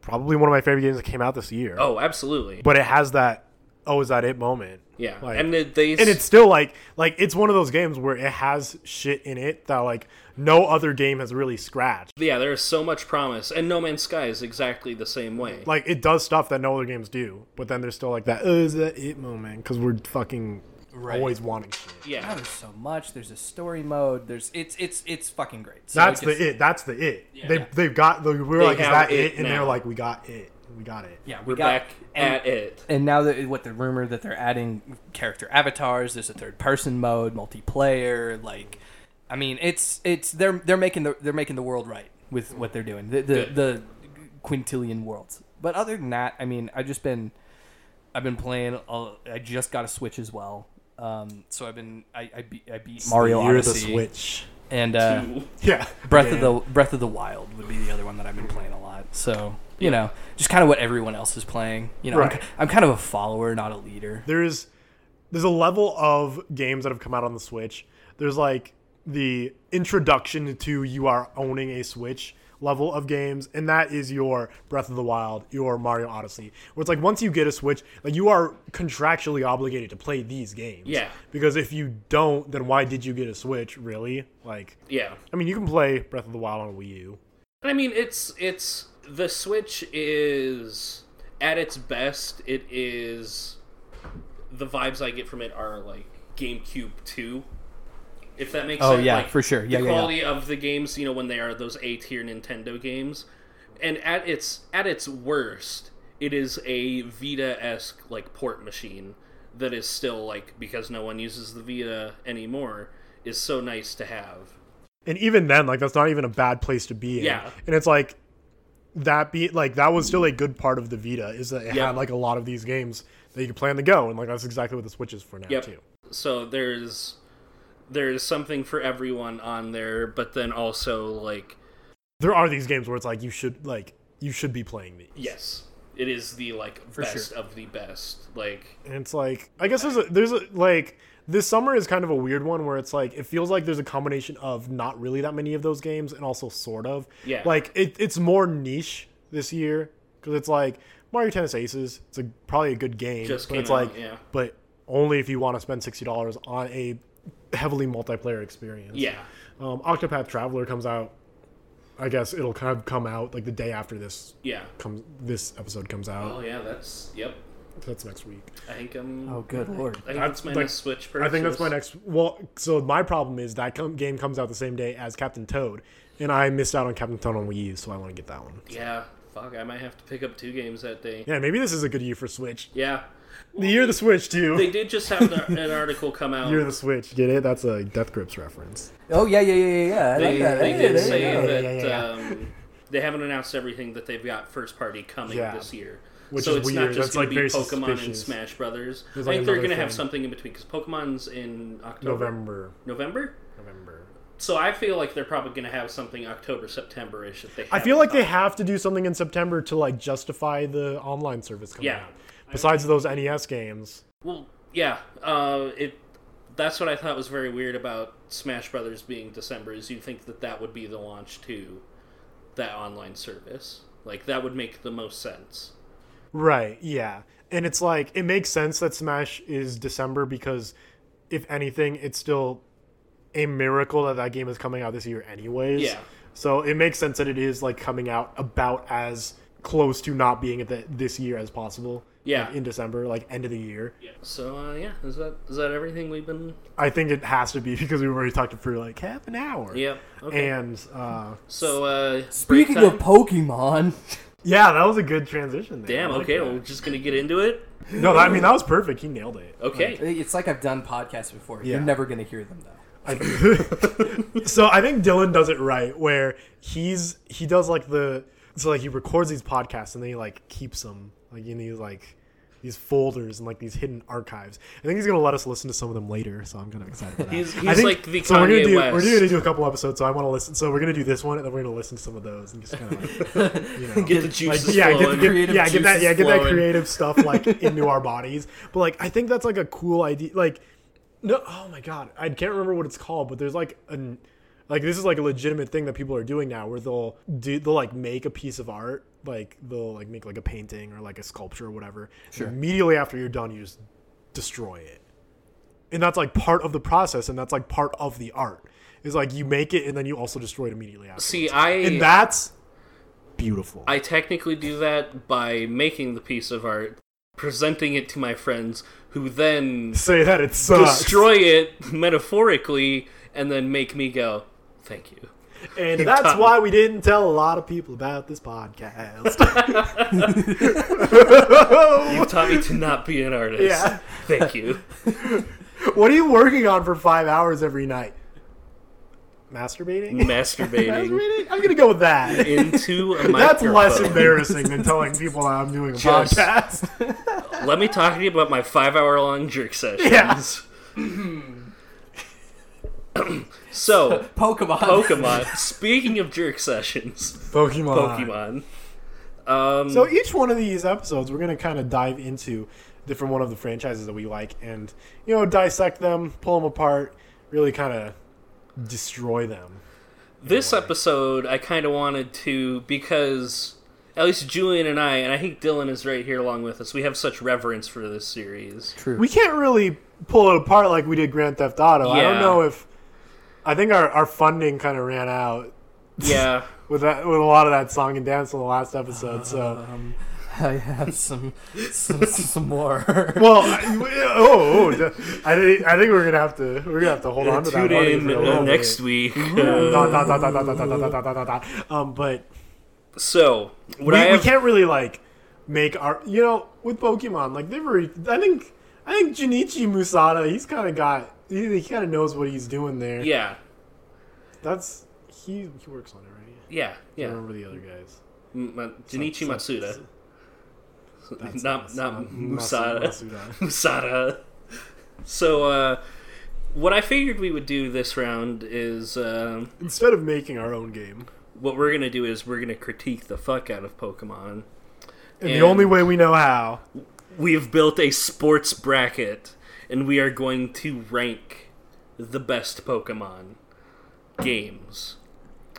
S1: probably one of my favorite games that came out this year
S2: Oh, absolutely.
S1: but it has that oh is that it moment
S2: yeah,
S1: like-
S2: and they, they
S1: and it's still like like it's one of those games where it has shit in it that like no other game has really scratched
S2: yeah, there is so much promise, and No Man's Sky is exactly the same way.
S1: like it does stuff that no other games do but then there's still like that oh is that it moment because we're fucking
S3: Right.
S1: always wanting shit
S2: Yeah,
S3: Now Oh, there's so much. There's a story mode. There's it's it's it's fucking great. So
S1: That's
S3: it just-
S1: the it. That's the it. They they've got. the- We were like, is
S2: have
S1: that
S2: it
S1: it? And they're
S2: now.
S1: like, we got it. We got it.
S3: Yeah, we
S2: We're
S3: got-
S2: back
S3: and,
S2: at it.
S3: And now that what the rumor that they're adding character avatars, there's a third person mode, multiplayer. Like, I mean, it's it's they're they're making the they're making the world right with what they're doing. The the,
S2: Good.
S3: the quintillion worlds. But other than that, I mean, I've just been I've been playing. a- I just got a Switch as well. Um, so I've been I I, be, I beat Mario
S1: You're the
S3: Odyssey
S1: Switch.
S3: and uh,
S1: Yeah.
S3: Breath
S1: Yeah.
S3: of the Breath of the Wild would be the other one that I've been playing a lot. So you know, just kind of what everyone else is playing. You know, I'm
S1: Right.
S3: ki- I'm, kind of a follower, not a leader.
S1: There's there's a level of games that have come out on the Switch. There's like the introduction to you are owning a Switch level of games, and that is your Breath of the Wild, your Mario Odyssey. Where it's like once you get a Switch, like you are contractually obligated to play these games.
S2: Yeah.
S1: Because if you don't, then why did you get a Switch? Really? Like.
S2: Yeah,
S1: I mean, you can play Breath of the Wild on Wii U.
S2: and I mean it's it's the Switch is at its best. It is the vibes I get from it are like GameCube two, if that makes
S3: Oh,
S2: sense.
S3: yeah,
S2: Like,
S3: for sure. Yeah,
S2: the
S3: yeah, yeah.
S2: quality of the games, you know, when they are those A tier Nintendo games, and at its at its worst, it is a Vita esque like port machine that is still like because no one uses the Vita anymore is so nice to have.
S1: And even then, like that's not even a bad place to be in.
S2: Yeah.
S1: And it's like that be like that was still a good part of the Vita is that it
S2: Yeah.
S1: had like a lot of these games that you could play on the go, and like that's exactly what the Switch is for now
S2: Yep.
S1: too.
S2: So there's there's something for everyone on there, but then also like
S1: There are these games where it's like you should like you should be playing these.
S2: yes, it is the like
S3: sure.
S2: best of the best. Like
S1: And it's like I guess there's a there's a like this summer is kind of a weird one where it's like it feels like there's a combination of not really that many of those games and also sort of
S2: Yeah.
S1: like it, it's more niche this year because it's like Mario Tennis Aces it's a, probably a good game
S2: Just
S1: but
S2: came
S1: it's
S2: out,
S1: like
S2: yeah.
S1: but only if you want to spend sixty dollars on a heavily multiplayer experience
S2: yeah,
S1: um, Octopath Traveler comes out I guess it'll kind of come out like the day after this
S2: yeah.
S1: comes this episode comes out
S2: Oh yeah, that's yep.
S1: so that's next week
S2: I think I'm.
S3: Oh, good lord!
S2: I think
S1: That's
S2: that's my
S1: like-
S2: next Switch purchase.
S1: I think that's my next. Well, so my problem is that com- game comes out the same day as Captain Toad, and I missed out on Captain Toad on Wii U, so I want to get that one.
S2: Yeah, fuck. I might have to pick up two games that day.
S1: Yeah, maybe this is a good year for Switch.
S2: Yeah,
S1: The year of the Switch too.
S2: they did just have an, an article come out.
S1: year of the Switch. Get it? That's a Death Grips reference.
S3: Oh yeah, yeah, yeah, yeah, yeah. I
S2: They,
S3: like that.
S2: they
S3: Hey,
S2: did
S3: there you
S2: say
S3: go.
S2: that
S1: Yeah, yeah, yeah.
S2: Um, they haven't announced everything that they've got first party coming
S1: Yeah.
S2: this year.
S1: Which
S2: so
S1: is
S2: it's not
S1: weird.
S2: just
S1: That's,
S2: going
S1: like,
S2: to be
S1: very
S2: Pokemon and
S1: suspicious.
S2: Smash Brothers. I
S1: There's,
S2: think
S1: like,
S2: they're
S1: another
S2: going to have
S1: thing.
S2: something in between because Pokemon's in October.
S1: November.
S2: November?
S1: November.
S2: So I feel like they're probably going to have something October, September ish. If they,
S1: I feel like they have to do something in September to like justify the online service coming
S2: Yeah.
S1: E out. Besides those NES games,
S2: Well, yeah. Uh, it that's what I thought was very weird about Smash Brothers being December is you think that that would be the launch to that online service. Like that would make the most sense.
S1: Right, yeah. And it's like it makes sense that Smash is December because if anything, it's still a miracle that that game is coming out this year anyways.
S2: Yeah.
S1: So it makes sense that it is like coming out about as close to not being at the, this year as possible.
S2: Yeah.
S1: Like, in December, like end of the year.
S2: Yeah. So uh, yeah, is that is that everything we've been?
S1: I think it has to be because we've already talked it for like half an hour.
S2: Yeah. Okay.
S1: And uh,
S2: so uh,
S3: Speaking
S2: break
S3: of
S2: time?
S3: Pokemon,
S1: yeah, that was a good transition. There.
S2: damn.
S1: I like
S2: Okay,
S1: that.
S2: we're just gonna get into it.
S1: No, that, I mean that was perfect. He nailed it.
S2: Okay.
S3: it's like I've done podcasts before.
S1: Yeah.
S3: You're never gonna hear them though.
S1: I- so I think Dylan does it right, where he's he does like the so like he records these podcasts and then he like keeps them like in these like these folders and like these hidden archives. I think he's gonna let us listen to some of them later, so I'm kind of excited. For that.
S2: He's-
S1: I
S2: he's
S1: think-
S2: like the
S1: so we're
S2: Kanye
S1: gonna do we're
S2: West.
S1: gonna do a couple episodes, so I want to listen. So we're gonna do this one and then we're gonna listen to some of those and just kind of like, you know
S2: Get the juices
S1: like, yeah,
S2: flowing.
S1: get, get,
S3: Creative
S1: yeah, get that,
S3: juices
S1: yeah, get that
S2: flowing.
S1: creative stuff like into our bodies. But like, I think that's like a cool idea. Like, no, oh my god, I can't remember what it's called, but there's like an, like this is like a legitimate thing that people are doing now, where they'll do, they'll like make a piece of art, like they'll like make like a painting or like a sculpture or whatever. and Immediately after you're done, you just destroy it and that's like part of the process and that's like part of the art is like you make it and then you also destroy it immediately after
S2: See, I
S1: and that's beautiful
S2: I technically do that by making the piece of art, presenting it to my friends, who then
S1: say that it sucks
S2: destroy it metaphorically, and then make me go, "Thank you."
S1: and that's
S2: done.
S1: why we didn't tell a lot of people about this podcast
S2: You taught me to not be an artist.
S1: Yeah.
S2: Thank you.
S1: what are you working on for five hours every night masturbating
S2: Masturbating
S1: masturbating i'm gonna go with that
S2: into a
S1: that's
S2: microphone.
S1: less embarrassing than telling people that i'm doing a
S2: Just-
S1: podcast
S2: Let me talk to you about my five-hour-long jerk sessions.
S1: Yeah.
S2: so,
S3: Pokemon.
S2: Pokemon. Speaking of jerk sessions, Pokemon. Um,
S1: So each one of these episodes, we're going to kind of dive into different one of the franchises that we like, and you know, dissect them, pull them apart, really kind of destroy them.
S2: this episode i kind of wanted to because at least julian and i and i think dylan is right here along with us we have such reverence for this series
S3: True.
S1: We can't really pull it apart like we did Grand Theft Auto. I don't
S2: Yeah.
S1: know if I think our, our funding kind of ran out
S2: yeah
S1: with that with a lot of that song and dance in the last episode. So
S3: um, I have some some, some more.
S1: well, I- oh, oh, I think I think we're gonna have to we're gonna have to hold on to that.
S2: tune
S1: money
S2: in
S1: for a
S2: uh,
S1: little
S2: next uh,
S1: bit.
S2: week
S1: Dot, dot, dot, dot, dot, dot, dot, dot, dot, dot, dot. Um, but
S2: so what
S1: we,
S2: i
S1: we
S2: have
S1: can't really like make our you know with Pokemon like they've already I think I think Junichi Musada he's kind of got he, he kind of knows what he's doing there.
S2: yeah
S1: that's he he works on it right.
S2: yeah
S1: I
S2: yeah
S1: don't remember the other guys.
S2: M- Ma- junichi matsuda
S1: That's-
S2: not not
S1: Masu-
S2: musada
S1: uh, Masuda.
S2: Sada. so uh what i figured we would do this round is um
S1: Instead of making our own game,
S2: what we're gonna do is we're gonna critique the fuck out of pokemon
S1: and,
S2: And-
S1: the only way we know how,
S2: we have built a sports bracket and we are going to rank the best Pokemon games.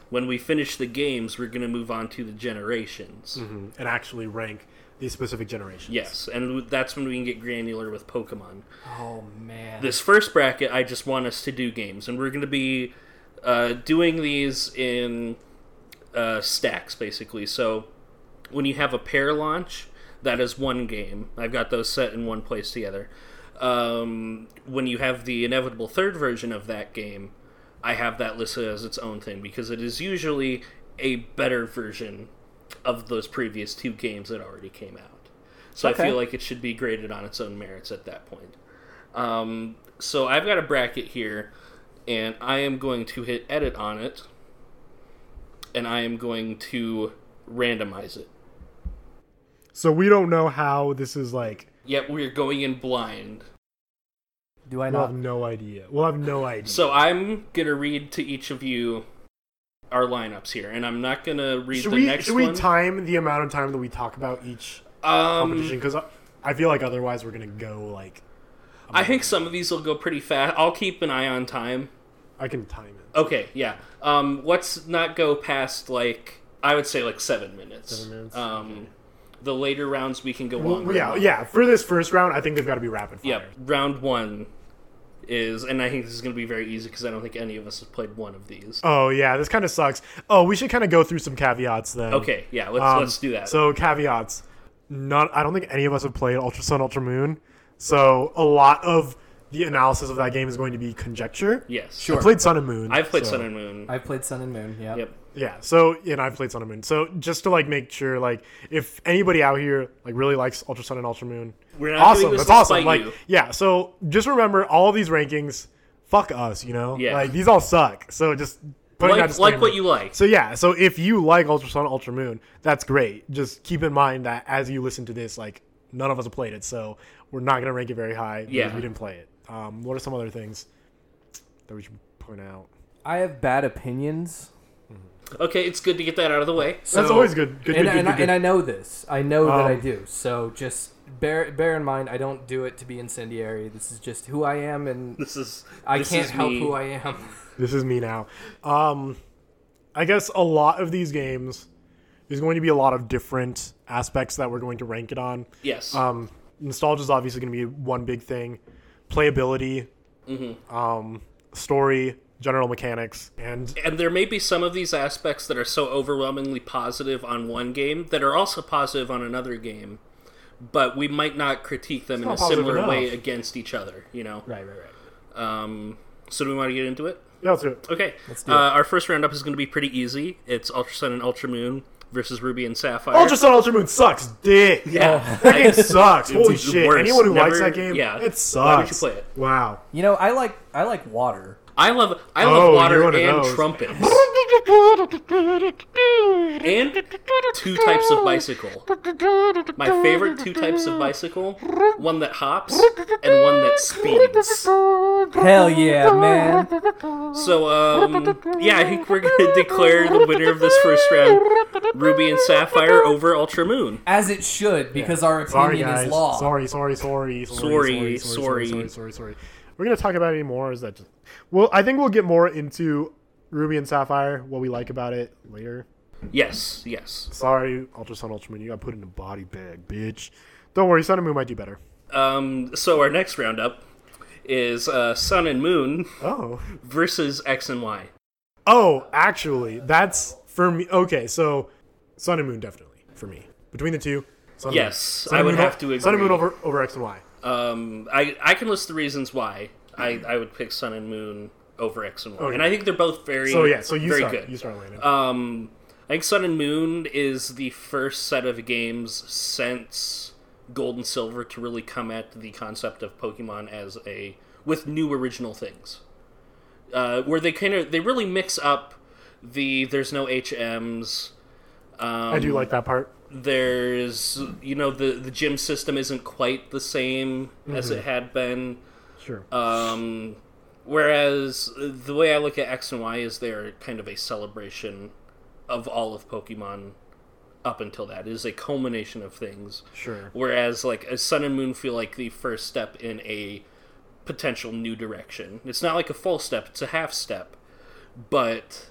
S2: When we finish the games, we're going to move on to the generations.
S1: and actually rank these specific generations.
S2: Yes, and that's when we can get granular with Pokemon.
S3: Oh man.
S2: This first bracket, I just want us to do games, and we're going to be uh, doing these in uh, stacks, basically. So when you have a pair launch, that is one game. I've got those set in one place together. Um, when you have the inevitable third version of that game, I have that listed as its own thing because it is usually a better version of those previous two games that already came out. So
S3: Okay.
S2: I feel like it should be graded on its own merits at that point. Um, so I've got a bracket here, and I am going to hit edit on it, and I am going to randomize it.
S1: So we don't know how this is like.
S2: Yet we're going in blind.
S3: Do I
S1: We'll
S3: not?
S1: have no idea. We'll have no idea.
S2: So I'm gonna read to each of you our lineups here, and I'm not gonna read
S1: should
S2: the
S1: we
S2: next
S1: should
S2: one.
S1: we time the amount of time that we talk about each
S2: um,
S1: competition because I, I feel like otherwise we're gonna go like.
S2: I think some of these will go pretty fast. I'll keep an eye on time.
S1: I can time it.
S2: Okay, yeah. Um, let's not go past like I would say like seven minutes.
S1: Seven minutes,
S2: Um, The later rounds we can go
S1: Well,
S2: longer.
S1: yeah, yeah. For this first round, I think they've got to be rapid fire.
S2: Yep. Round one is, and I think this is going to be very easy because I don't think any of us have played one of these.
S1: Oh yeah, this kind of sucks. Oh, we should kind of go through some caveats then.
S2: Okay, yeah. Let's
S1: Um,
S2: let's do that.
S1: So caveats. Not I don't think any of us have played Ultra Sun, Ultra Moon. So a lot of the analysis of that game is going to be conjecture.
S2: yes,
S1: I played Sun and Moon.
S2: I've played
S1: so-
S2: Sun and Moon.
S3: I've played Sun and Moon. Yeah.
S2: yep.
S1: Yeah, so and I've played Sun and Moon. So just to like make sure, like if anybody out here like really likes Ultra Sun and Ultra Moon,
S2: We're not
S1: awesome.
S2: doing this
S1: That's
S2: to
S1: awesome.
S2: spite
S1: Like
S2: you.
S1: yeah, so just remember all these rankings. Fuck us, you know.
S2: Yeah.
S1: Like these all suck. So just putting that
S2: Like, like
S1: disclaimer.
S2: what you like.
S1: So yeah, so if you like Ultra Sun, Ultra Moon, that's great. Just keep in mind that as you listen to this, like none of us have played it, so we're not gonna rank it very high because
S2: Yeah.
S1: we didn't play it. Um, what are some other things that we should point out?
S3: I have bad opinions.
S2: Okay, it's good to get that out of the way.
S1: That's
S3: So-
S1: always good. Good,
S3: and,
S1: good, good,
S3: and,
S1: good,
S3: I,
S1: good.
S3: and I know this. I know that I
S1: Um,
S3: do. So just bear bear in mind, I don't do it to be incendiary. This is just who I am, and
S2: This is
S3: I
S2: this
S3: can't
S2: is
S3: help
S2: me.
S3: who I am.
S1: This is me now. Um, I guess a lot of these games, there's going to be a lot of different aspects that we're going to rank it on.
S2: Yes.
S1: Um, nostalgia is obviously going to be one big thing. Playability, um, story, general mechanics, and
S2: and there may be some of these aspects that are so overwhelmingly positive on one game that are also positive on another game, but we might not critique them in
S1: not
S2: a
S1: positive
S2: similar way
S1: enough.
S2: against each other. You know.
S3: Right, right, right.
S2: Um, so do we want to get into it?
S1: yeah, that's it.
S2: Okay.
S3: do
S2: uh,
S3: it.
S2: Our first roundup is going to be pretty easy. It's Ultra Sun and Ultra Moon versus Ruby and Sapphire.
S1: Ultra Sun, Ultra Moon sucks dick.
S3: Oh,
S2: Yeah.
S1: that game sucks. Holy
S2: It's the
S1: shit!
S2: worst.
S1: Anyone who
S2: Never-
S1: likes that game,
S2: yeah.
S1: it sucks.
S2: Why would you play it?
S1: Wow.
S3: You know, I like I like water.
S2: I love I
S1: Oh,
S2: love
S1: you're
S2: water
S1: one of
S2: and
S1: those.
S2: trumpets and two types of bicycle. My favorite two types of bicycle: one that hops and one that speeds.
S3: Hell yeah, man!
S2: So, um, yeah, I think we're gonna declare the winner of this first round, Ruby and Sapphire over Ultra Moon.
S3: As it should, because our
S1: Sorry,
S3: opinion
S1: guys.
S3: is law.
S1: Sorry, sorry, sorry, sorry, sorry, sorry,
S2: Sorry,
S1: sorry,
S2: sorry.
S1: sorry, sorry, sorry. We're gonna talk about it anymore. Is that just? Well, I think we'll get more into Ruby and Sapphire, what we like about it later.
S2: Yes, yes.
S1: Sorry, Ultra Sun, Ultra Moon. You got put in a body bag, bitch. Don't worry, Sun and Moon might do better.
S2: Um, so our next roundup is uh, Sun and Moon
S1: Oh,
S2: versus X and Y.
S1: oh, actually, that's for me. Okay, so Sun and Moon definitely for me. Between the two, Sun and
S2: Yes,
S1: Moon.
S2: I
S1: and
S2: would
S1: Moon o-
S2: have to
S1: Sun and Moon
S2: agree.
S1: over over X and Y.
S2: Um, I I can list the reasons why I, I would pick Sun and Moon over X and Y,
S1: Mm-hmm. Oh, yeah.
S2: and I think they're both very
S1: So yeah, so you
S2: very
S1: start.
S2: good.
S1: You start, Landon.
S2: Um, I think Sun and Moon is the first set of games since Gold and Silver to really come at the concept of Pokemon as a with new original things, uh, where they kind of they really mix up the there's no HMs. Um,
S1: I do like that part.
S2: There's you know the the gym system isn't quite the same as it had been.
S1: Sure.
S2: Um, whereas uh, the way I look at X and Y is they're kind of a celebration of all of Pokemon up until that. It is a culmination of things.
S1: Sure.
S2: Whereas like a Sun and Moon feel like the first step in a potential new direction. It's not like a full step; it's a half step. But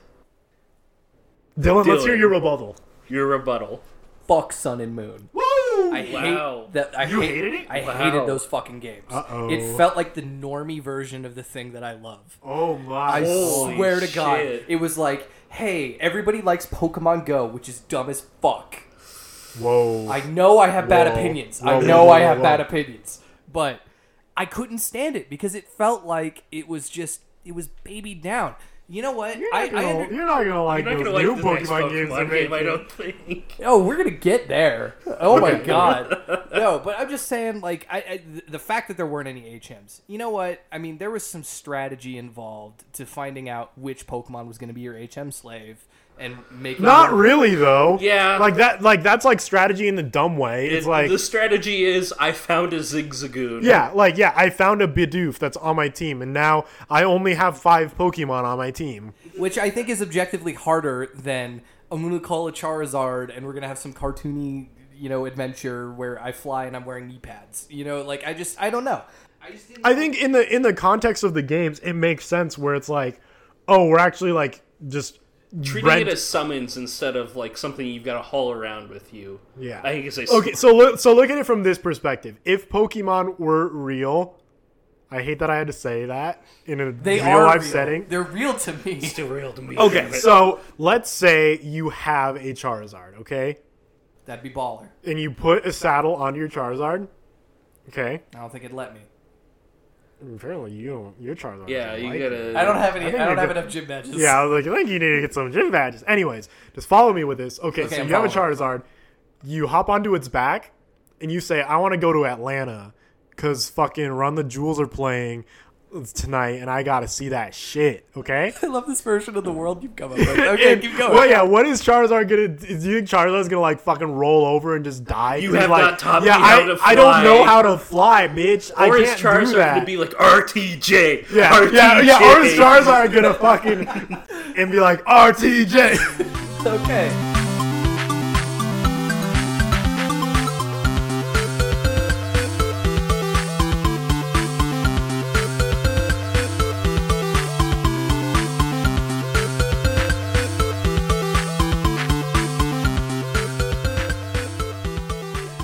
S1: Dylan, let's hear
S2: Dylan.
S1: your rebuttal.
S2: your rebuttal.
S3: Fuck Sun and Moon.
S1: Woo!
S3: I
S2: Wow.
S3: hate that. I
S1: You
S3: hate-
S1: hated it?
S3: I
S2: Wow.
S3: hated those fucking games.
S1: Uh-oh.
S3: It felt like the normie version of the thing that I love.
S1: Oh my!
S3: I
S2: Holy
S3: swear to God,
S2: shit.
S3: it was like, hey, everybody likes Pokemon Go, which is dumb as fuck.
S1: Whoa!
S3: I know I have bad
S1: Whoa.
S3: opinions.
S1: Whoa,
S3: I
S1: whoa,
S3: know
S1: whoa,
S3: I have
S1: whoa.
S3: bad opinions, but I couldn't stand it because it felt like it was just it was babied down. You know what?
S1: you're,
S3: I,
S1: not gonna,
S3: I under-
S1: you're not gonna like those new Pokemon, games. they make.
S2: I don't think.
S3: Oh, we're gonna get there. Oh my
S1: Okay.
S3: god. No, but I'm just saying, like, I, I th- the fact that there weren't any HMs. You know what? I mean, there was some strategy involved to finding out which Pokemon was gonna be your HM slave and making.
S1: Not
S3: them-
S1: really though.
S2: Yeah.
S1: Like that. Like that's like strategy in the dumb way. It's like
S2: the strategy is I found a Zigzagoon.
S1: yeah, like yeah. I found a Bidoof that's on my team, and now I only have five Pokemon on my team.
S3: which I think is objectively harder than I'm gonna call a Charizard and we're gonna have some cartoony, you know, adventure where I fly and I'm wearing knee pads. You know, like I just I don't know. I just didn't.
S1: I think in the in the context of the games, it makes sense where it's like, oh, we're actually like just
S2: Treating
S1: rent-
S2: it as summons instead of like something you've got to haul around with you.
S1: Yeah.
S2: I think it's a
S1: okay. So look, so look at it from this perspective. If Pokemon were real, I hate that I had to say that in a
S3: they
S1: real
S3: are
S1: life
S3: real.
S1: setting.
S3: They're real to me.
S2: still real to me.
S1: Okay, so let's say you have a Charizard, okay,
S3: That'd be baller.
S1: and you put a saddle onto your Charizard. Okay,
S3: I don't think it'd let me.
S1: apparently you don't. Your Charizard.
S2: yeah,
S1: doesn't
S2: you
S1: like
S2: gotta.
S3: I don't have
S1: I
S3: any.
S1: think
S3: I,
S1: you're
S3: don't have
S1: good.
S3: enough gym badges.
S1: Yeah, I was like, I think you need to get some gym badges. Anyways, just follow me with this. Okay,
S3: Okay,
S1: so
S3: I'm
S1: you have a Charizard. You hop onto its back, and you say, I want to go to Atlanta because fucking Run the Jewels are playing tonight, and I got to see that shit, okay?
S3: I love this version of the world you've come up with. Okay,
S1: And-
S3: keep going.
S1: Well, yeah. What is Charizard gonna? Do you think Charizard's gonna like fucking roll over and just die? 'Cause
S2: You
S1: he's
S2: have
S1: like,
S2: not taught
S1: yeah,
S2: me
S1: I,
S2: how to
S1: I don't know
S2: fly."
S1: how to fly, bitch. I
S2: Or
S1: can't
S2: is
S1: do
S2: Charizard
S1: that.
S2: gonna be like RTJ?
S1: Yeah,
S2: RTJ.
S1: yeah, yeah. Or is Charizard gonna fucking and be like RTJ?
S3: okay.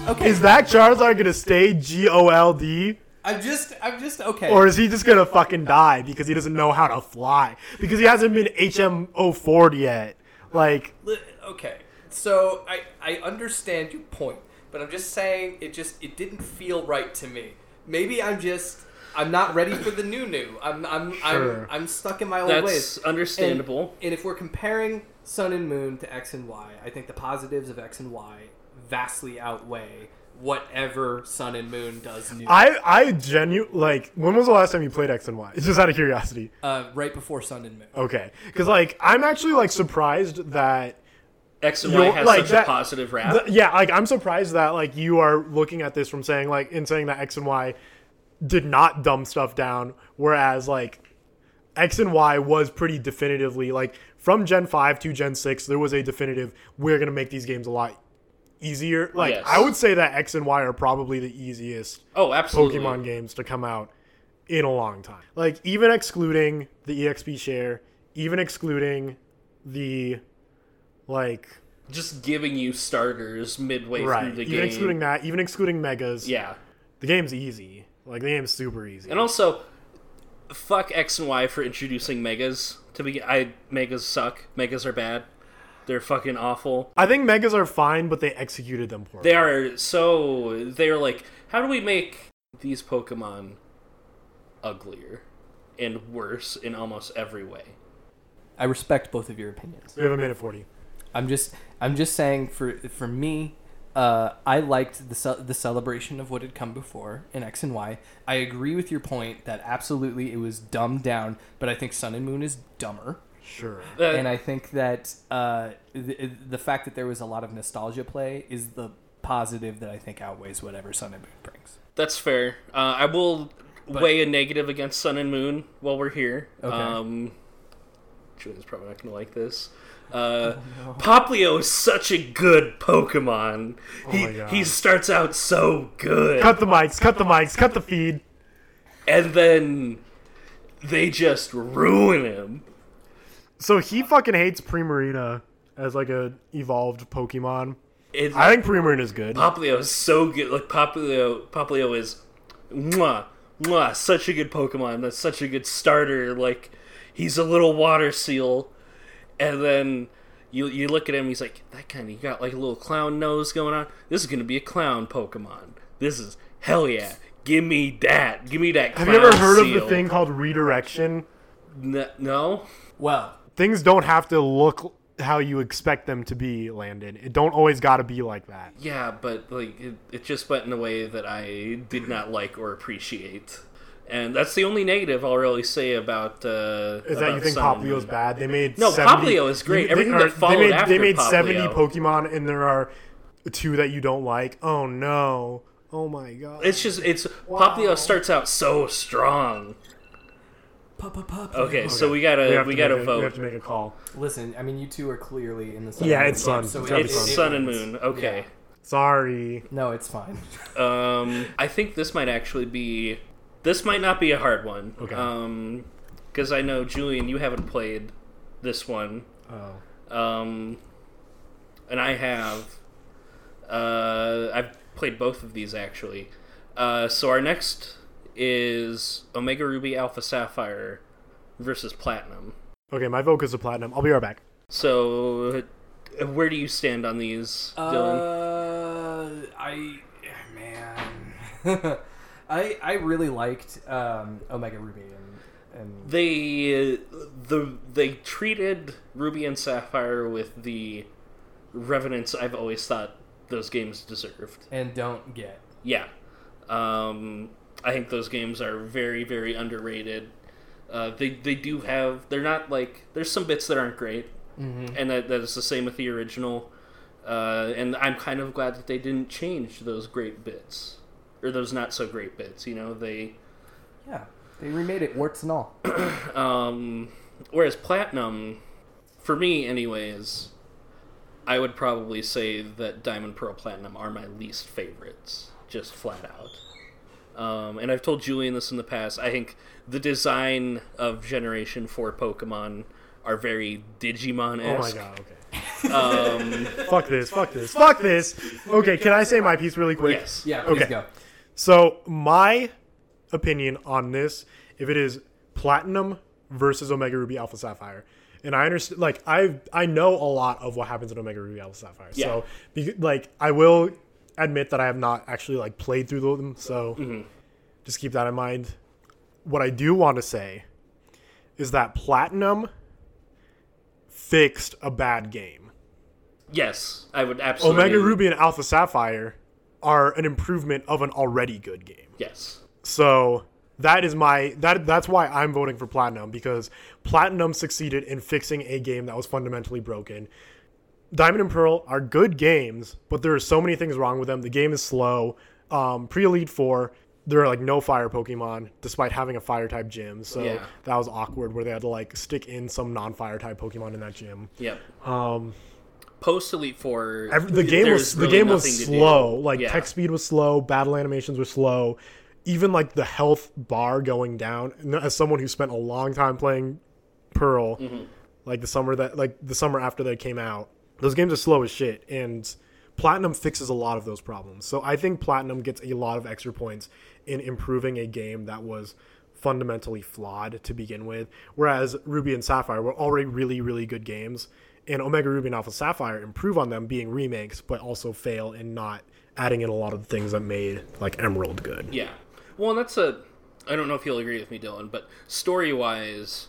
S3: Okay.
S1: Is that Charizard gonna stay G O L D,
S3: I'm just. I'm just okay.
S1: or is he just gonna fucking die because he doesn't know how to fly because he hasn't been HM04 yet? Like,
S3: Li- okay so I, I understand your point but i'm just saying it just it didn't feel right to me maybe i'm just i'm not ready for the new new i'm i'm
S1: Sure.
S3: I'm, I'm stuck in my old
S2: That's
S3: ways
S2: understandable.
S3: and if we're comparing sun and moon to x and y i think the positives of x and y vastly outweigh whatever sun and moon does new
S1: I I genu like when was the last time you played X and Y? It's just out of curiosity.
S3: uh, right before sun and moon
S1: Okay, because like I'm actually like surprised that
S2: X and
S1: You're-
S2: Y has
S1: like
S2: such
S1: that-
S2: a positive rap.
S1: th- yeah, like I'm surprised that like you are looking at this from saying like in saying that X and Y did not dumb stuff down, whereas like X and Y was pretty definitively like from Gen five to Gen six there was a definitive we're gonna make these games a lot easier. Like
S2: Oh, Yes.
S1: I would say that X and Y are probably the easiest
S2: oh, absolutely.
S1: Pokemon games to come out in a long time. Like even excluding the EXP share, even excluding the like
S2: Just giving you starters midway
S1: right,
S2: through the
S1: even
S2: game.
S1: excluding that, even excluding megas,
S2: yeah.
S1: the game's easy. Like the game's super easy.
S2: And also, fuck X and Y for introducing megas. To be, I megas suck. Megas are bad. They're fucking awful.
S1: I think megas are fine, but they executed them poorly.
S2: They are so. They are like, how do we make these Pokemon uglier and worse in almost every way?
S3: i respect both of your opinions
S1: we have a minute forty.
S3: I'm just I'm just saying for for me, uh, I liked the ce- the celebration of what had come before in X and Y. I agree with your point that absolutely it was dumbed down, but I think Sun and Moon is dumber,
S1: Sure.
S2: That-
S3: and I think that uh, the, the fact that there was a lot of nostalgia play is the positive that I think outweighs whatever Sun and Moon brings.
S2: That's fair. Uh, I will weigh a negative against Sun and Moon while we're here.
S3: Okay.
S2: Um, Julian's probably not going to like this. Uh,
S1: Oh,
S2: Poplio is such a good Pokemon. he
S1: Oh my God.
S2: he starts out so good,
S1: Cut the mics, cut the mics, cut the feed.
S2: and then they just ruin him.
S1: So he fucking hates Primarina as like a evolved Pokemon.
S2: It's,
S1: I think Primarina's good.
S2: Poplio is so good. Like Poplio, Poplio is, mwah, mwah, such a good Pokemon. That's such a good starter. Like he's a little water seal, and then you you look at him. He's like that kind of. You got like a little clown nose going on. This is gonna be a clown Pokemon. This is hell yeah. Give me that. Give me that.
S1: Have you ever
S2: clown
S1: heard of the
S2: seal.
S1: thing called redirection?
S2: N- no.
S3: Well,
S1: things don't have to look how you expect them to be, Landon. It don't always got to be like that.
S2: Yeah, but like it, it just went in a way that I did not like or appreciate, and that's the only negative I'll really say about. Uh,
S1: Is that you think Poplio's bad? They made
S2: No,
S1: 70
S2: Poplio is great.
S1: They,
S2: Everything
S1: or
S2: that followed
S1: they made,
S2: after
S1: they made
S2: Poplio.
S1: seventy Pokemon, and there are two that you don't like. Oh no! Oh my god!
S2: It's just it's Poplio starts out so strong.
S3: pop pop pop.
S2: Okay, so we gotta we,
S1: have to
S2: gotta
S1: make a- we have
S2: vote.
S1: to make a call.
S3: Listen, I mean, you two are clearly in the sun.
S1: Yeah,
S3: and Moon
S1: it's
S3: game,
S1: Sun.
S3: So
S1: It's
S3: it-
S1: gotta be
S2: it's
S1: Sun.
S3: it- it
S2: Sun and
S3: wins.
S2: Moon. Okay.
S1: Sorry.
S3: No, it's fine.
S2: Um, I think this might actually be. This might not be a hard one.
S1: Okay.
S2: because I know Julian, you haven't played this one,
S1: Oh.
S2: um, and I have. Uh, I've played both of these actually. Uh, so our next is Omega Ruby Alpha Sapphire versus Platinum.
S1: Okay, my vote is a platinum. I'll be right back.
S2: So, uh, where do you stand on these, Dylan?
S3: Uh, I man, I I really liked um, Omega Ruby and and
S2: They uh, the they treated Ruby and Sapphire with the revenants I've always thought those games deserved.
S3: and don't get
S2: Yeah, um, I think those games are very very underrated. Uh, they they do have they're not like there's some bits that aren't great, and that, that is the same with the original. Uh, and I'm kind of glad that they didn't change those great bits or those not so great bits. You know they.
S3: yeah. They remade it warts and all.
S2: Um, whereas platinum, for me, anyways, I would probably say that diamond, pearl, platinum are my least favorites, just flat out. Um, and I've told Julian this in the past. I think the design of Generation Four Pokemon are very Digimon
S1: Oh my
S2: esque.
S1: god. Okay.
S2: Um,
S1: Fuck this. Fuck this. Fuck this. Okay, can I say my piece really quick?
S2: yes.
S3: Yeah, please
S1: Okay.
S3: go.
S1: So my opinion on this, if it is platinum versus Omega Ruby Alpha Sapphire, and I understand, like I I know a lot of what happens in Omega Ruby Alpha Sapphire, so be, like I will admit that I have not actually like played through them, so just keep that in mind. What I do want to say is that platinum fixed a bad game.
S2: Yes, I would absolutely.
S1: Omega Ruby and Alpha Sapphire are an improvement of an already good game.
S2: Yes.
S1: So that is my that that's why I'm voting for platinum because platinum succeeded in fixing a game that was fundamentally broken. Diamond and Pearl are good games, but there are so many things wrong with them. The game is slow. Um, Pre Elite Four, there are like no fire Pokemon, despite having a fire type gym. So
S2: Yeah.
S1: that was awkward, where they had to like stick in some non fire type Pokemon in that gym.
S2: Yep. Um. Post Elite Four.
S1: Every, the game
S2: there's
S1: was
S2: really
S1: the game was
S2: nothing to do.
S1: slow. Like
S2: Yeah.
S1: tech speed was slow. Battle animations were slow. Even like the health bar going down. and As someone who spent a long time playing Pearl,
S2: Mm-hmm.
S1: like the summer that like the summer after they came out, those games are slow as shit. And Platinum fixes a lot of those problems. So I think Platinum gets a lot of extra points in improving a game that was fundamentally flawed to begin with. Whereas Ruby and Sapphire were already really really good games and Omega Ruby and Alpha Sapphire improve on them being remakes, but also fail in not adding in a lot of the things that made like Emerald good.
S2: Yeah. Well, and that's a. I don't know if you'll agree with me, Dylan, but story wise,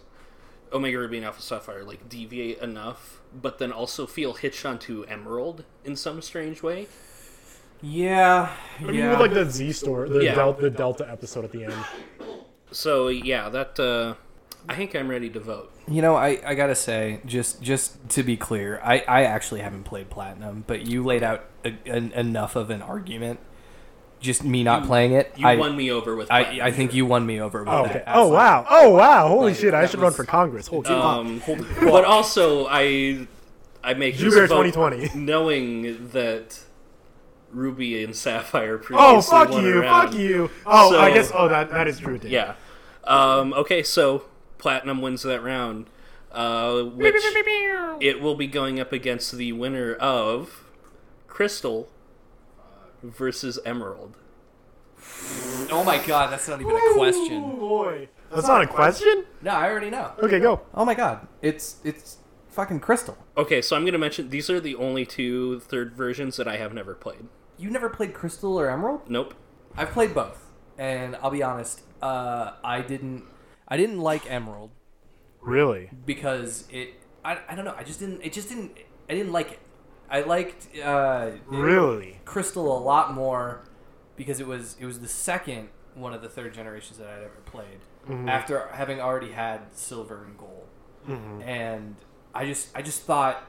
S2: Omega Ruby and Alpha Sapphire like deviate enough, but then also feel hitched onto Emerald in some strange way.
S3: Yeah, yeah.
S1: Like the Z store, the,
S2: Yeah.
S1: Del- the Delta episode at the end.
S2: So yeah, that. Uh, I think I'm ready to vote.
S3: You know, I, I gotta say, just just to be clear, I, I actually haven't played platinum, but you laid out a, an, enough of an argument. Just me not playing it,
S2: You
S3: I,
S2: won me over with.
S3: I
S2: Platinum.
S3: I think you won me over. About
S1: Oh,
S3: that.
S1: okay. Oh
S3: Absolutely.
S1: wow. Oh wow. Holy shit! I
S3: that
S1: should run
S3: was-
S1: for Congress. Holy shit.
S2: Um, but also, I I make this
S1: Bear
S2: vote
S1: 2020.
S2: knowing that Ruby and Sapphire.
S1: oh
S2: previously
S1: fuck
S2: won
S1: you!
S2: around.
S1: Fuck you! Oh, I
S2: So-
S1: guess. Oh, that that is true. Dude.
S2: Yeah. Um, okay, so platinum wins that round, uh, which it will be going up against the winner of crystal versus emerald.
S3: Oh my god, that's not even a
S1: Ooh,
S3: question.
S1: Oh, boy. That's not a question.
S3: No, I already know.
S1: Okay, go.
S3: Oh my god, it's it's fucking crystal.
S2: Okay, so I'm gonna mention these are the only two third versions that I have never played.
S3: You never played crystal or emerald?
S2: Nope.
S3: I've played both, and I'll be honest, uh, I didn't I didn't like emerald
S1: Really?
S3: because it I, I don't know I just didn't it just didn't I didn't like it. I liked uh,
S1: Really?
S3: crystal a lot more because it was it was the second one of the third generations that I'd ever played
S1: Mm-hmm.
S3: after having already had silver and gold.
S1: Mm-hmm.
S3: And I just I just thought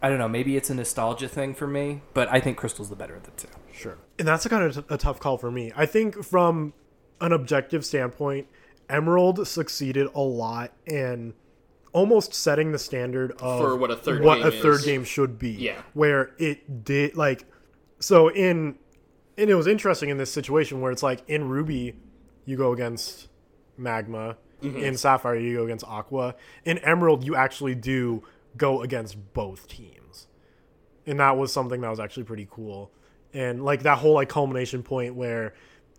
S3: I don't know, maybe it's a nostalgia thing for me, but I think crystal's the better of the two.
S1: Sure. And that's kind of a tough call for me. I think from an objective standpoint, Emerald succeeded a lot in almost setting the standard of
S2: For what a third
S1: what
S2: game
S1: a third
S2: is.
S1: game should be.
S2: Yeah.
S1: Where it did like so in and it was interesting in this situation where it's like in Ruby you go against Magma.
S2: Mm-hmm.
S1: In Sapphire, you go against Aqua. In Emerald, you actually do go against both teams, and that was something that was actually pretty cool. And like that whole like culmination point where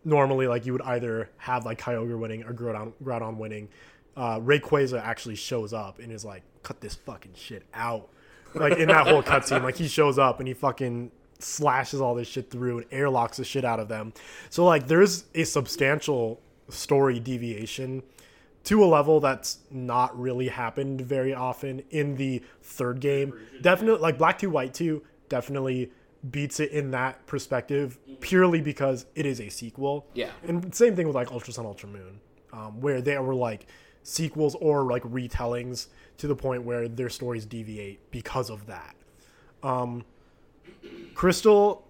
S1: normally like you would either have like Kyogre winning or Groudon, Groudon winning, uh, Rayquaza actually shows up and is like, "Cut this fucking shit out." Like in that whole cutscene, like he shows up and he fucking slashes all this shit through and airlocks the shit out of them. So like there's a substantial story deviation to a level that's not really happened very often in the third game. Definitely like Black 2 White 2 definitely beats it in that perspective purely because it is a sequel.
S2: Yeah.
S1: And same thing with like Ultra Sun Ultra Moon, um, where they were like sequels or like retellings to the point where their stories deviate because of that. Crystal,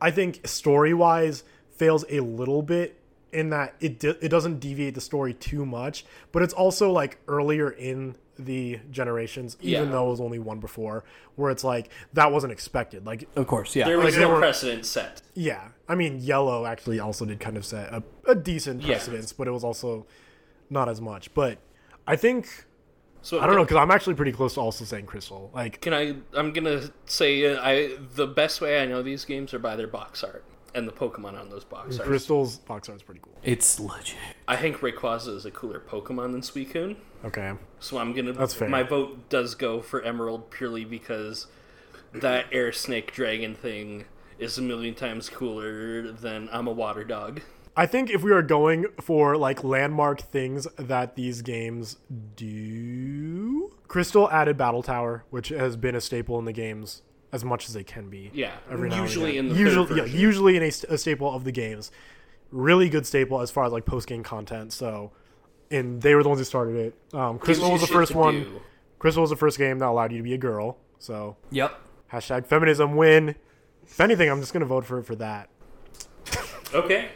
S1: I think story wise, fails a little bit in that it de- it doesn't deviate the story too much, but it's also like earlier in the generations, even
S2: Yeah.
S1: though it was only one before, where it's like that wasn't expected. Like,
S3: Of course, yeah.
S2: There was
S1: they
S2: no
S1: were-
S2: precedent set.
S1: yeah, I mean, Yellow actually also did kind of set a, a decent
S2: Yeah.
S1: precedence, but it was also not as much. But I think
S2: So
S1: I don't know because I'm actually pretty close to also saying Crystal. Like,
S2: Can I? I'm gonna say uh, I. The best way I know these games are by their box art and the Pokemon on those box arts.
S1: Crystal's box art's pretty cool.
S3: It's legit.
S2: I think Rayquaza is a cooler Pokemon than Suicune,
S1: Okay,
S2: so I'm gonna.
S1: That's fair.
S2: My vote does go for Emerald purely because that air snake dragon thing is a million times cooler than I'm a water dog.
S1: I think if we are going for like landmark things that these games do, Crystal added Battle Tower, which has been a staple in the games as much as they can be.
S2: Yeah,
S1: Every now and
S2: usually
S1: again.
S2: in the
S1: usually,
S2: third
S1: yeah,
S2: version.
S1: usually in a, st- a staple of the games. Really good staple as far as like post game content. So, and they were the ones who started it. Um, Crystal
S2: you
S1: was the
S2: shit
S1: first
S2: to
S1: one.
S2: do.
S1: Crystal was the first game that allowed you to be a girl. So
S3: Yep.
S1: hashtag feminism win. If anything, I'm just gonna vote for for that.
S2: Okay.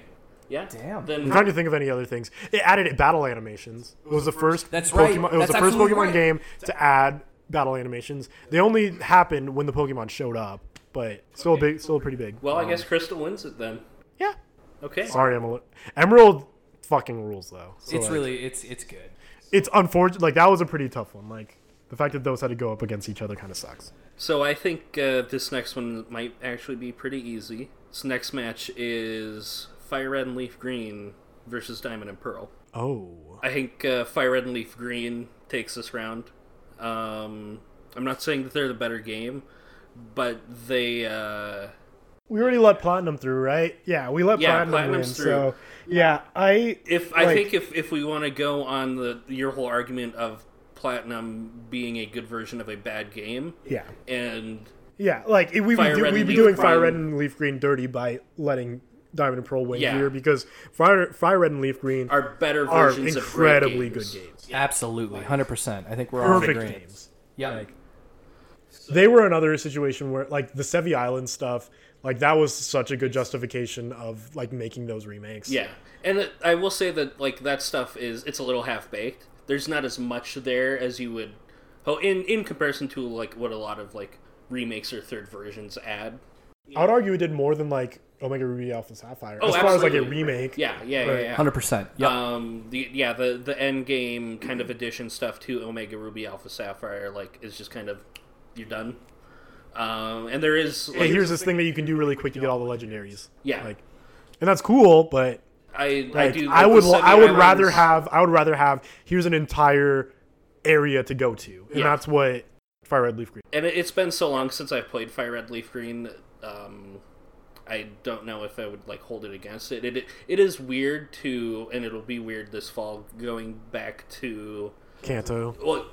S2: Yeah.
S3: Damn.
S1: I'm
S2: Then
S1: trying to think of any other things. It added battle animations. It was the first.
S3: That's
S1: Pokemon,
S3: right.
S1: It was
S3: That's
S1: the first
S3: absolutely
S1: Pokemon
S3: right.
S1: game to add battle animations. They only happened when the Pokemon showed up, but still big, still pretty big.
S2: well, I guess Crystal wins it then.
S1: yeah.
S2: Okay.
S1: um, Sorry, Emerald. Emerald fucking rules though. So,
S3: It's
S1: like,
S3: really it's it's good.
S1: it's unfortunate. Like that was a pretty tough one. Like the fact that those had to go up against each other kind of sucks.
S2: So I think uh, this next one might actually be pretty easy. This next match is Fire Red and Leaf Green versus Diamond and Pearl.
S1: Oh,
S2: I think uh, Fire Red and Leaf Green takes this round. Um, I'm not saying that they're the better game, but they. Uh,
S1: we already let Platinum through, right? Yeah, we let
S2: Yeah,
S1: Platinum
S2: Platinum's
S1: win.
S2: through.
S1: So yeah, I
S2: if I
S1: Like-
S2: think if, if we want to go on the your whole argument of Platinum being a good version of a bad game,
S1: yeah.
S2: and
S1: Yeah, like it- we
S2: Fire
S1: would do,
S2: Red
S1: we'd
S2: and
S1: be
S2: Leaf
S1: doing Fire
S2: Green.
S1: Red and Leaf Green dirty by letting Diamond and Pearl win
S2: Yeah.
S1: here because Fire Fire Red and Leaf Green are,
S2: are better versions
S1: incredibly
S2: of great
S1: good
S2: games.
S1: games,
S3: Absolutely, hundred percent. I think we're all
S1: perfect
S3: agreeing.
S1: games.
S3: Yeah.
S1: They were another situation where like the Sevi Island stuff, like that was such a good justification of like making those remakes.
S2: Yeah, and it- I will say that like that stuff is it's a little half baked. There's not as much there as you would, oh, in in comparison to like what a lot of like remakes or third versions add.
S1: I would argue it did more than like Omega Ruby Alpha Sapphire
S2: Oh,
S1: as far as like a
S2: absolutely.
S1: remake.
S2: Yeah, yeah,
S1: Right.
S2: yeah. yeah.
S3: Hundred percent. Yep.
S2: Um, the, yeah, the the end game kind of addition stuff to Omega Ruby Alpha Sapphire like is just kind of you're done. Um, and there is like,
S1: Hey, here's this thing that you can do really quick to get all the legendaries.
S2: Yeah.
S1: Like, and that's cool, but
S2: I I
S1: Like,
S2: do
S1: I
S2: like
S1: would
S2: the
S1: lo- I would
S2: semi-islands.
S1: rather have I would rather have here's an entire area to go to, and
S2: Yeah.
S1: that's what Fire Red Leaf Green.
S2: and it- it's been so long since I've played Fire Red Leaf Green. Um, I don't know if I would like hold it against it. It it is weird to, and it'll be weird this fall going back to
S1: Kanto,
S2: well,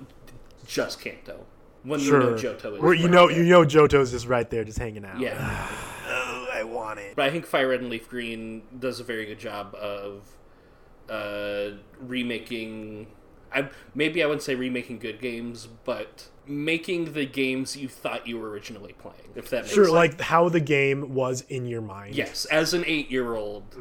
S2: just Kanto when you know
S1: sure,
S2: Johto is
S1: where you
S2: right
S1: know
S2: there.
S1: you know Johto's just right there, just hanging out.
S2: yeah.
S1: oh, I want it.
S2: But I think Fire Red and Leaf Green does a very good job of uh, remaking. I, maybe I wouldn't say remaking good games, but making the games you thought you were originally playing. If that makes
S1: Sure,
S2: sense.
S1: like how the game was in your mind.
S2: Yes, as an eight year old.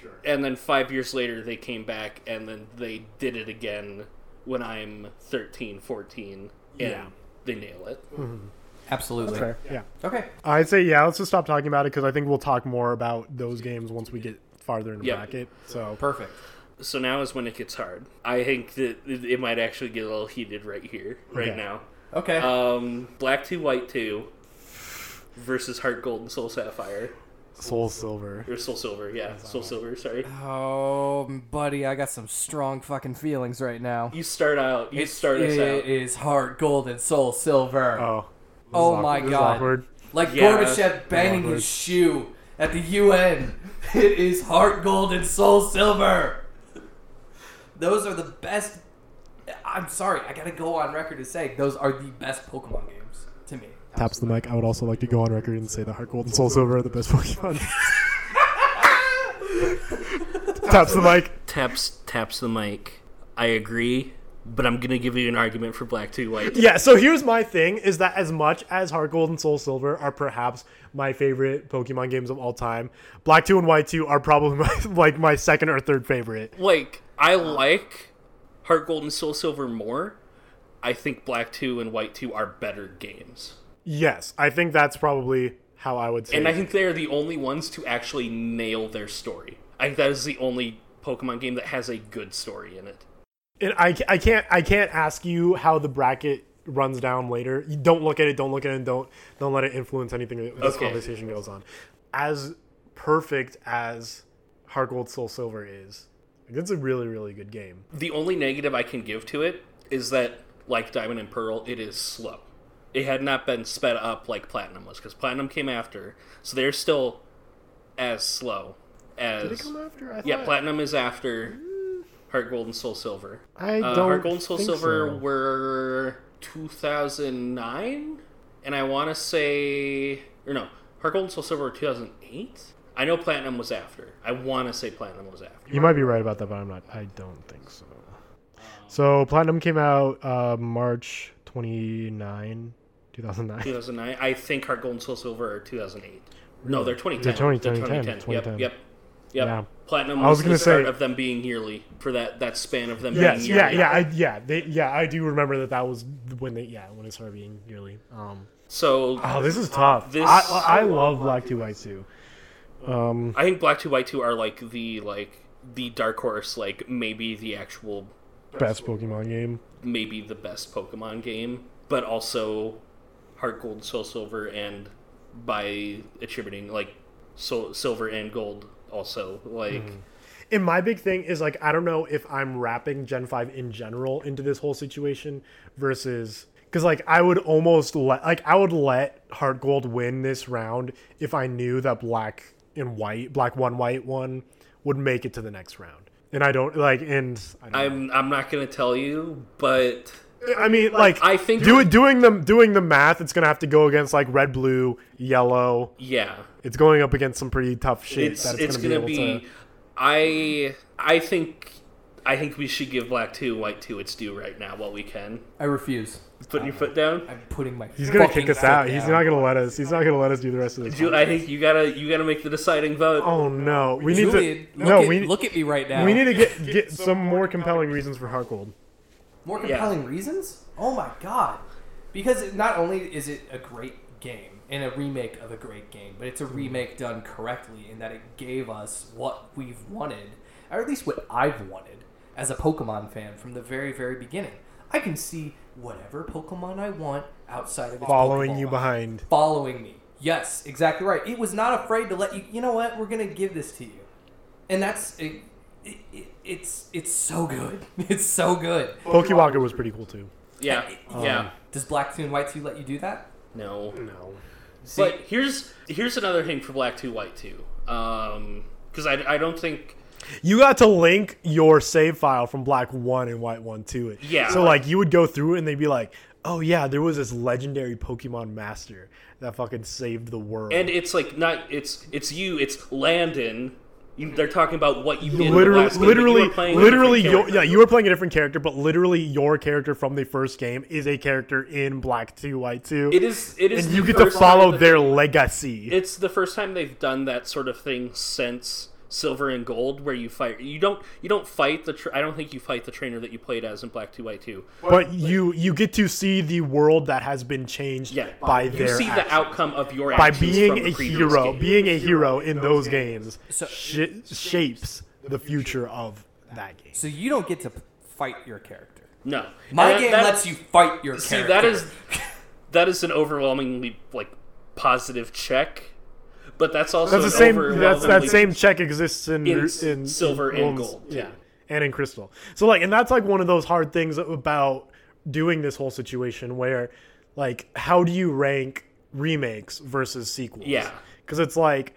S2: Sure. And then five years later, they came back and then they did it again when I'm 13, 14. And
S1: Yeah. Hmm.
S2: they nail it.
S3: Absolutely.
S1: Fair. Yeah.
S3: Okay.
S1: I'd say yeah. Let's just stop talking about it because I think we'll talk more about those games once we get farther in the
S2: Yeah.
S1: bracket. So
S3: Perfect.
S2: So now is when it gets hard. I think that it it might actually get a little heated right here, right
S1: Okay.
S2: now.
S3: Okay.
S2: Um, black two, white two, versus heart gold and soul sapphire
S1: Soul Silver.
S2: or soul silver. Yeah, soul silver. Sorry.
S3: oh, buddy, I got some strong fucking feelings right now.
S2: You start out. You start us
S3: It
S2: out.
S3: is heart, gold, and soul silver.
S1: Oh.
S3: Oh
S1: This is
S3: my
S1: awkward. This is
S3: God.
S1: awkward.
S3: Like
S2: Yeah.
S3: Gorbachev banging
S1: Awkward.
S3: his shoe at the UN. It is heart gold and soul silver. Those are the best. I'm sorry, I gotta go on record to say those are the best Pokemon games to me.
S1: Taps the mic. I would also like to go on record and say that Heart Gold and Soul Silver are the best Pokemon. Taps the mic.
S2: Taps taps the mic. I agree, but I'm gonna give you an argument for black two, white. two.
S1: Yeah, so here's my thing is that as much as Heart Gold and Soul Silver are perhaps my favorite Pokemon games of all time, Black 2 and White 2 are probably my, like my second or third favorite.
S2: Like I like heart gold and soul silver more. I think black two and white two are better games.
S1: Yes, I think that's probably how I would say.
S2: And I
S1: it.
S2: think they are the only ones to actually nail their story. I think that is the only Pokemon game that has a good story in it.
S1: And I, I can't I can't ask you how the bracket runs down later. You don't look at it. Don't look at it. And don't don't let it influence anything that this
S2: Okay.
S1: conversation goes on. As perfect as Heart Gold Soul Silver is, like, it's a really really good game.
S2: The only negative I can give to it is that, like Diamond and Pearl, it is slow. It had not been sped up like Platinum was, because Platinum came after, so they're still as slow as.
S1: Did it come after? I
S2: yeah,
S1: thought-
S2: Platinum is after Heart Gold and Soul Silver.
S1: I
S2: Uh,
S1: don't.
S2: Heart Gold and Soul
S1: think
S2: Silver
S1: so.
S2: were 2009, and I want to say, or no, Heart Gold and Soul Silver were 2008. I know Platinum was after. I want to say Platinum was after.
S1: You might be right about that, but I'm not. I don't think so.
S2: Oh.
S1: So Platinum came out uh, March 29, 2009.
S2: 2009. I think Heart Gold and Soul Silver are 2008. No, they're 2010.
S1: They're 2010,
S2: Yep,
S1: 2010.
S2: yep, yep.
S1: Yeah.
S2: Platinum.
S1: I
S2: was
S1: was gonna
S2: the start
S1: say-
S2: of them being yearly for that that span of them.
S1: Yes,
S2: being
S1: yeah,
S2: yearly.
S1: yeah, I, yeah, they, yeah. I do remember that that was when they, yeah, when it started being yearly. Um,
S2: So
S1: oh, this is tough.
S2: This-
S1: I, I love Black Two White Two. Um,
S2: I think Black Two White Two are like the like the dark horse, like maybe the actual
S1: best Pokemon game.
S2: maybe the best Pokemon game, but also Heart Gold, Soul Silver, and by attributing like Soul Silver and Gold also like
S1: Mm. And my big thing is like I don't know if I'm wrapping Gen Five in general into this whole situation versus because like I would almost let like I would let Heart Gold win this round if I knew that Black and White, Black One White One, would make it to the next round. And I don't like, and I don't
S2: I'm I'm not gonna tell you, but
S1: I mean, like,
S2: I think-
S1: do it doing the doing the math. It's gonna have to go against like red, blue, yellow.
S2: yeah,
S1: It's going up against some pretty tough shit.
S2: it's
S1: that
S2: it's, gonna, be.
S1: able to-
S2: I I think I think we should give Black Two and White Two its due right now while we can.
S3: I refuse.
S2: Putting
S1: Uh,
S2: your foot down.
S3: I'm putting my.
S1: He's gonna kick us out. He's not gonna let us. He's not gonna let us do the rest of this.
S2: Dude, I think you gotta you gotta make the deciding vote.
S1: Oh no, we need to.
S3: Julian, look,
S1: No,
S3: at,
S1: we
S3: look at me right now.
S1: we need to get get some more compelling reasons for Harkold.
S3: More compelling reasons? Oh my god. Because it- not only is it a great game and a remake of a great game, but it's a remake done correctly in that it gave us what we've wanted, or at least what I've wanted as a Pokemon fan from the very, very beginning. I can see whatever Pokemon I want outside of its
S1: Following
S3: Pokeball.
S1: you behind.
S3: Following me. Yes, exactly right. It was not afraid to let you. You know what? We're gonna give this to you, and that's it, it, it, it's it's so good. It's so good.
S1: Pokewalker was pretty cool too.
S2: Yeah, yeah.
S3: Does Black Two and White Two let you do that?
S2: No.
S1: um, No.
S2: See, but here's here's another thing for Black Two White Two, because I, I don't think
S1: You got to link your save file from Black One and White One to it.
S2: Yeah.
S1: So like you would go through it and they'd be like, "Oh yeah, there was this legendary Pokemon master that fucking saved the world."
S2: and it's like not it's it's you it's Landon. You, they're talking about what you did in the
S1: literally,
S2: last game, but you
S1: literally,
S2: were playing a
S1: literally,
S2: different
S1: your, yeah,
S2: character.
S1: you were playing a different character, but literally your character from the first game is a character in Black Two, White Two.
S2: It is it is
S1: and
S2: the
S1: you get to
S2: first
S1: follow
S2: time that-
S1: their legacy.
S2: It's the first time they've done that sort of thing since Silver and Gold, where you fight. You don't. You don't fight the. Tra- I don't think you fight the trainer that you played as in Black Two White Two.
S1: But you you get to see the world that has been changed
S2: Yeah,
S1: by
S2: you
S1: their
S2: see
S1: actions.
S2: the outcome of your
S1: by
S2: actions
S1: being
S2: from the
S1: a
S2: previous
S1: hero,
S2: game.
S1: being a hero in those games
S3: So-
S1: shi shapes the future of that game.
S3: So you don't get to p- fight your character.
S2: no,
S3: My
S2: And
S3: game
S2: that-
S3: lets you fight your
S2: See,
S3: character.
S2: that is that is an overwhelmingly like positive check, but that's also
S1: That's the
S2: an
S1: same. That's that
S2: overwhelmingly-
S1: same check exists in
S2: In
S1: in,
S2: s- silver and
S1: Rome's-
S2: gold,
S1: yeah,
S2: too.
S1: and in crystal. So like, and that's like one of those hard things about doing this whole situation where, like, how do you rank remakes versus sequels?
S2: Yeah.
S1: because it's like.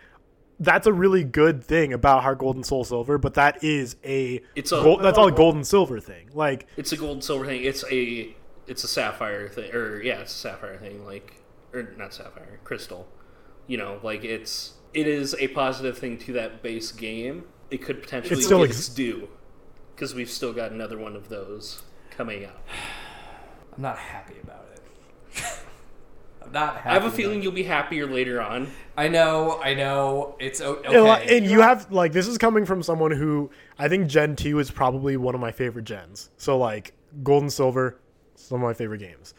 S1: That's a really good thing about Heart Gold and Soul Silver, but that is a
S2: It's a- Oh.
S1: gold, that's all a gold and silver thing. Like
S2: It's a gold and silver thing. It's a it's a sapphire thing, or yeah, it's a sapphire thing. Like or not sapphire, crystal. You know, like it's it is a positive thing to that base game. It could potentially
S1: It still
S2: get
S1: ex-
S2: its due because we've still got another one of those coming up.
S3: I'm not happy about it. I'm not happy.
S2: I have a
S3: about
S2: feeling you'll be happier later on.
S3: it. I know. I know. It's o- okay.
S1: And, like, And you have like this is coming from someone who I think Gen two is probably one of my favorite gens. So like Gold and Silver, some of my favorite games,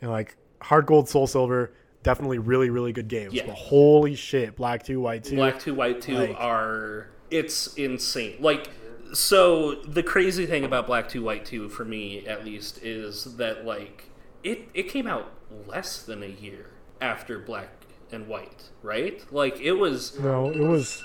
S1: and like Hard Gold, Soul Silver, definitely really really good games.
S2: Yeah.
S1: But holy shit, Black two, White two,
S2: Black two, white two
S1: Like-
S2: are it's insane. Like so the crazy thing about Black two, white two for me at least is that like it it came out less than a year after Black and White, right? Like it was
S1: No, it was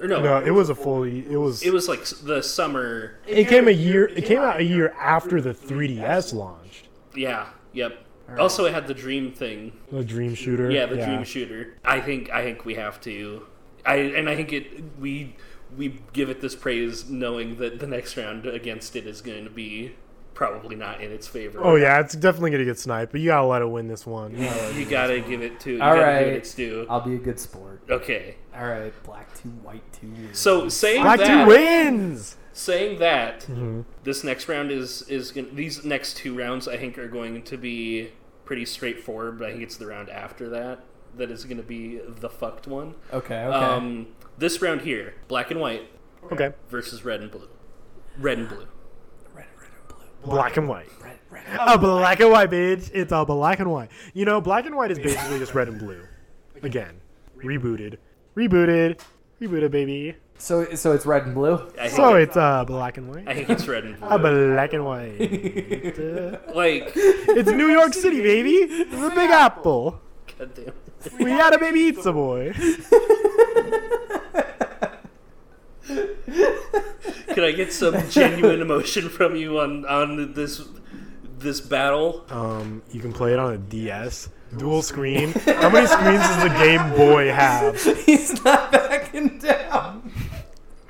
S2: or no,
S1: no, it was a fully it was
S2: it
S1: it,
S2: was like s- the summer.
S1: came a year it came out a year after the 3ds launched.
S2: Yeah, yep. Also, it had the dream thing
S1: The Dream Shooter.
S2: Yeah, the dream shooter. I think I think we have to. I and I think it we we give it this praise knowing that the next round against it is going to be probably not in its favor.
S1: Oh yeah, it's definitely gonna get sniped, but you gotta let it win this one.
S2: You gotta give it to. You
S3: All
S2: gotta give
S3: right.
S2: it its due.
S3: I'll be a good sport.
S2: Okay,
S3: All right, black two, white two.
S2: so saying
S1: Black
S2: that,
S1: two wins.
S2: saying that, this next round is is gonna, these next two rounds I think are going to be pretty straightforward. But I think it's the round after that that is going to be the fucked one.
S3: okay, okay.
S2: Um, this round here, black and white.
S1: Okay,
S2: versus red and blue. Red and blue.
S3: red, red, and blue.
S1: black and white.
S3: Red, red.
S1: a black and white, bitch. It's a black and white. You know, black and white is basically just red and blue. Again, rebooted, rebooted, rebooted, baby.
S3: So, so it's red and blue.
S2: I think,
S1: So
S2: it-
S1: it's uh, black and
S2: I
S1: white.
S2: think it's red and blue.
S1: A black and white.
S2: like,
S1: It's New York City, baby. It's a big apple.
S2: goddamn.
S1: We had a baby eats a boy.
S2: Can I get some genuine emotion from you on on this this battle?
S1: Um, you can play it on a DS. Dual screen. How many screens does the Game Boy have?
S3: He's not backing down.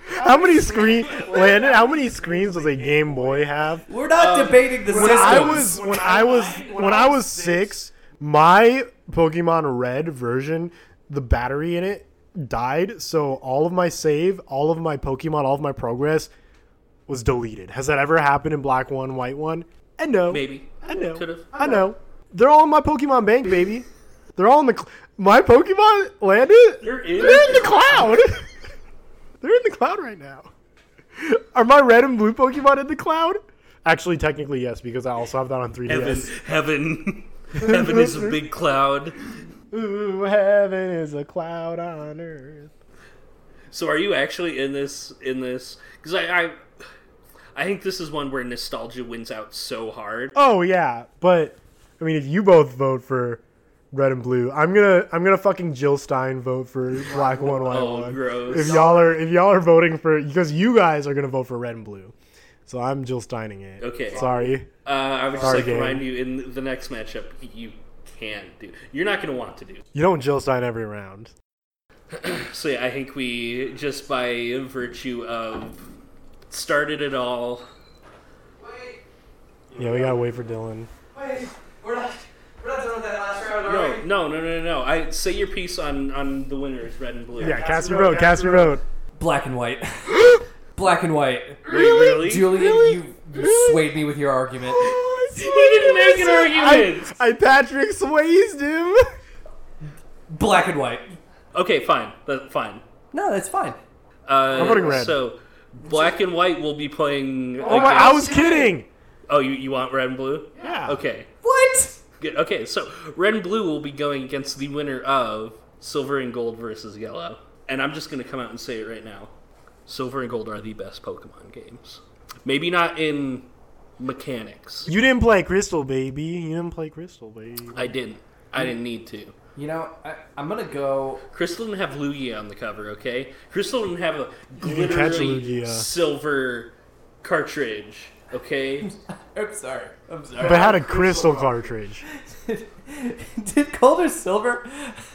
S1: How many screen? Landon, how many screens does a Game Boy have?
S3: We're not
S2: Um,
S3: debating the system.
S1: I was when I was when I was six, my Pokemon Red version, the battery in it died, so all of my save, all of my Pokemon, all of my progress was deleted. Has that ever happened in Black One, White One? I know.
S2: Maybe.
S1: I know.
S2: Could've.
S1: I know. They're all in my Pokemon Bank, baby. They're all in the cl- my Pokemon landed.
S2: They're in-
S1: They're in the cloud. They're in the cloud right now. Are my red and blue Pokemon in the cloud? Actually, technically yes, because I also have that on 3DS.
S2: Heaven, heaven, heaven is a big cloud.
S1: Ooh, heaven is a cloud on earth.
S2: So are you actually in this in this? Because I, I I think this is one where nostalgia wins out so hard.
S1: Oh yeah, but I mean, if you both vote for red and blue, I'm gonna I'm gonna fucking Jill Stein vote for black one white
S2: Oh,
S1: one.
S2: gross.
S1: If y'all are if y'all are voting for because you guys are gonna vote for red and blue, so I'm Jill Steining it.
S2: Okay.
S1: Sorry.
S2: Uh, I would just
S1: Hard
S2: like to
S1: game.
S2: remind you in the next matchup you can do. You're not going to want to do
S1: You don't Jill Stein every round.
S2: So yeah, I think we just by virtue of started it all.
S4: Wait,
S1: Yeah, we gotta wait for Dylan.
S4: wait, we're not, we're not done with that last round, are
S2: No,
S4: we?
S2: no, no, no, no. I say your piece on on the winners, red and blue.
S1: Yeah, Cassie Road, Cassie Road.
S3: black and white. black and white.
S2: Wait, really?
S3: Julian,
S1: Really?
S3: you, you
S1: Really?
S3: swayed me with your argument.
S2: He didn't make an argument.
S1: I, I Patrick swayed him.
S3: Black and white.
S2: Okay, fine. That, fine.
S3: No, that's fine.
S2: Uh,
S1: I'm voting red.
S2: So, black and white will be playing.
S1: Oh my, I was
S2: against-
S1: kidding.
S2: Oh, you, you want red and blue?
S1: Yeah.
S2: Okay.
S3: What?
S2: Good. Okay, so red and blue will be going against the winner of silver and gold versus yellow. And I'm just going to come out and say it right now. Silver and gold are the best Pokemon games. Maybe not in mechanics.
S1: You didn't play Crystal, baby. You didn't play Crystal, baby.
S2: I didn't. I didn't need to.
S3: You know, I, I'm gonna go.
S2: Crystal didn't have Lugia on the cover, okay? Crystal didn't have a
S1: didn't catch
S2: glittery
S1: Lugia.
S2: silver cartridge, okay?
S3: I'm sorry. I'm sorry.
S1: But I had a crystal cartridge.
S3: Did Calder Silver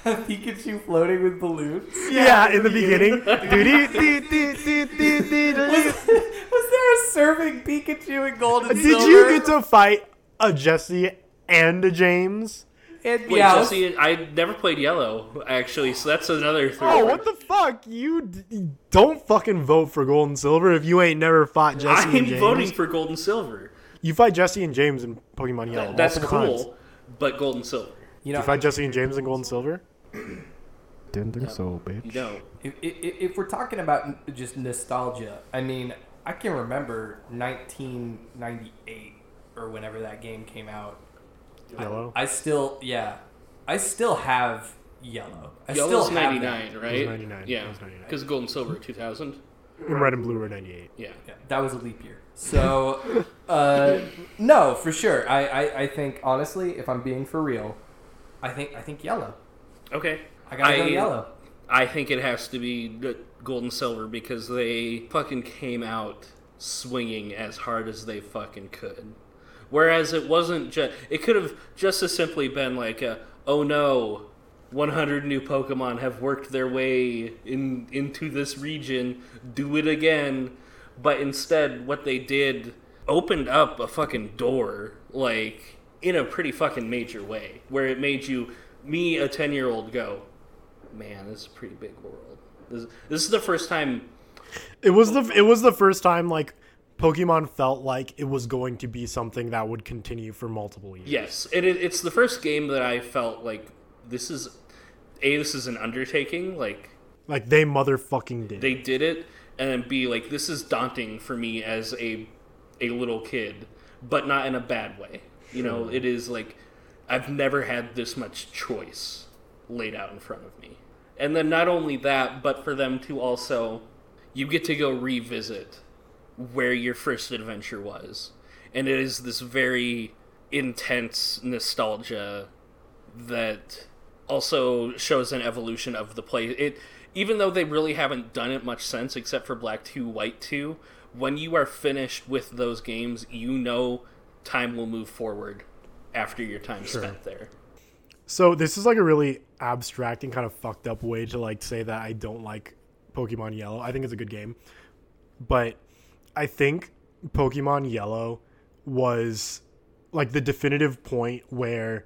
S3: have Pikachu floating with balloons?
S1: Yeah, in the beginning. Doo-doo, doo, doo, doo, doo, doo, doo.
S3: Was, was there a serving Pikachu in gold and
S1: Did you get to fight a Jesse and a James?
S3: And
S2: Wait,
S3: Meowth?
S2: Jesse, I never played yellow, actually, so that's another thing.
S1: Oh, what the fuck? You d- don't fucking vote for gold and silver if you ain't never fought Jesse
S2: I'm
S1: and James.
S2: voting for gold and silver.
S1: You fight Jesse and James in Pokemon Yellow.
S2: That's
S1: multiple
S2: cool,
S1: Times.
S2: but gold and silver.
S3: You
S1: You
S3: know,
S1: fight Jesse and James in Gold and Silver? Didn't think so,
S2: You
S1: bitch.
S2: know,
S3: if, if, if we're talking about n- just nostalgia, I mean, I can remember 1998 or whenever that game came out.
S1: Yellow.
S3: I still, yeah, I still have yellow. I
S2: yellow's
S3: still have that.
S2: 99, right?
S1: 99, it
S2: Yeah,
S1: was 99.
S2: because gold and silver are 2000.
S1: And red and blue were 98.
S2: Yeah.
S3: Yeah, that was a leap year. So, uh, no, for sure. I, I, I think honestly, if I'm being for real, I think I think yellow.
S2: Okay.
S3: I gotta go yellow.
S2: I think it has to be g- gold and silver because they fucking came out swinging as hard as they fucking could. Whereas it wasn't just. It could have just as simply been like a, oh no, 100 new Pokemon have worked their way in into this region, do it again. But instead, what they did opened up a fucking door, like, in a pretty fucking major way, where it made you, me, a 10 year old, go, man, this is a pretty big world. This, this is the first time.
S1: It was the it was the first time like Pokemon felt like it was going to be something that would continue for multiple years.
S2: Yes, and it, it's the first game that I felt like this is a this is an undertaking. Like
S1: Like they motherfucking did.
S2: they did it, and then b like this is daunting for me as a a little kid, but not in a bad way. You know, it is like I've never had this much choice laid out in front of me. And then not only that, but for them to also you get to go revisit where your first adventure was. And it is this very intense nostalgia that also shows an evolution of the play. It even though they really haven't done it much since except for Black 2, White 2, when you are finished with those games, you know time will move forward after your time spent there.
S1: So this is like a really abstract and kind of fucked up way to like say that I don't like Pokemon Yellow. I think it's a good game, but I think Pokemon Yellow was like the definitive point where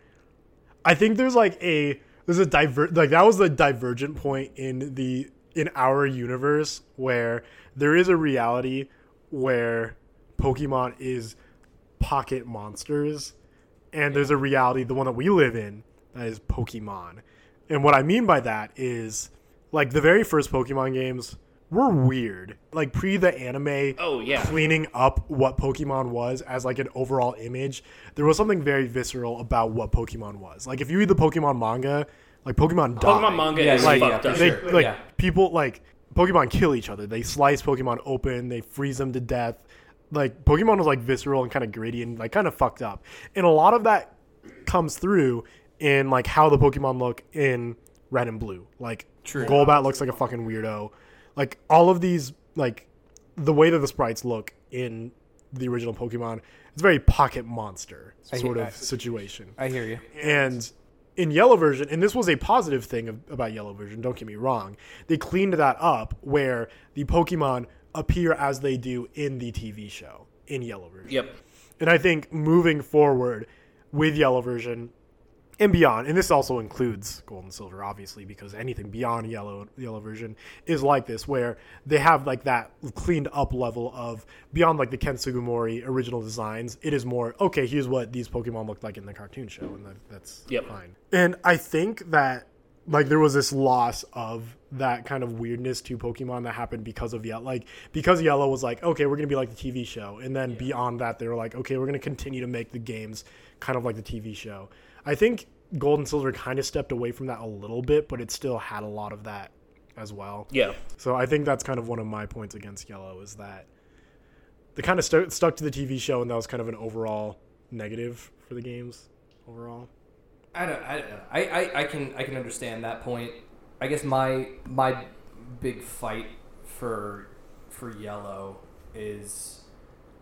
S1: I think there's like a there's a diver like that was the divergent point in the in our universe where there is a reality where Pokemon is pocket monsters and there's a reality, the one that we live in, that is Pokemon. And what I mean by that is, like, the very first Pokemon games were weird. Like, pre the anime
S2: Oh yeah.
S1: cleaning up what Pokemon was as, like, an overall image, there was something very visceral about what Pokemon was. Like, if you read the Pokemon manga, like, Pokemon died.
S2: Pokemon manga
S3: Yeah,
S2: is
S3: yeah,
S2: fucked
S3: yeah,
S2: up.
S3: for
S1: They,
S3: sure.
S1: like,
S3: yeah.
S1: people, like, Pokemon kill each other. They slice Pokemon open, they freeze them to death. Like, Pokemon was, like, visceral and kind of gritty and, like, kind of fucked up. And a lot of that comes through in like how the Pokemon look in red and blue. Like
S3: True.
S1: Golbat looks like a fucking weirdo. Like all of these like the way that the sprites look in the original Pokemon, it's very pocket monster
S3: I-
S1: sort
S3: I-
S1: of situation
S3: I hear you.
S1: and in yellow version and this was a positive thing of, about yellow version don't get me wrong they cleaned that up where the pokemon appear as they do in the tv show in yellow version
S2: Yep.
S1: and I think moving forward with Yellow version and beyond, and this also includes Gold and Silver, obviously, because anything beyond Yellow Yellow version is like this, where they have like that cleaned up level of beyond like the Ken Sugimori original designs. It is more okay. Here's what these Pokemon looked like in the cartoon show, and that, that's
S2: Yep.
S1: fine. And I think that like there was this loss of that kind of weirdness to Pokemon that happened because of Yellow. Like because Yellow was like, okay, we're gonna be like the TV show, and then beyond that, they were like, okay, we're gonna continue to make the games kind of like the TV show. I think Gold and Silver kind of stepped away from that a little bit, but it still had a lot of that as well.
S2: Yeah.
S1: So I think that's kind of one of my points against Yellow is that they kind of stu stuck to the TV show, and that was kind of an overall negative for the games overall.
S3: I don't. I don't know. I, I, I can I can understand that point. I guess my my big fight for for yellow is,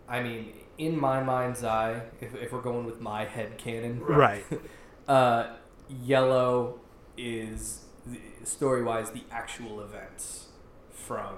S3: I mean, in my mind's eye, if, if we're going with my head canon,
S1: Right.
S3: uh, yellow is story wise the actual events from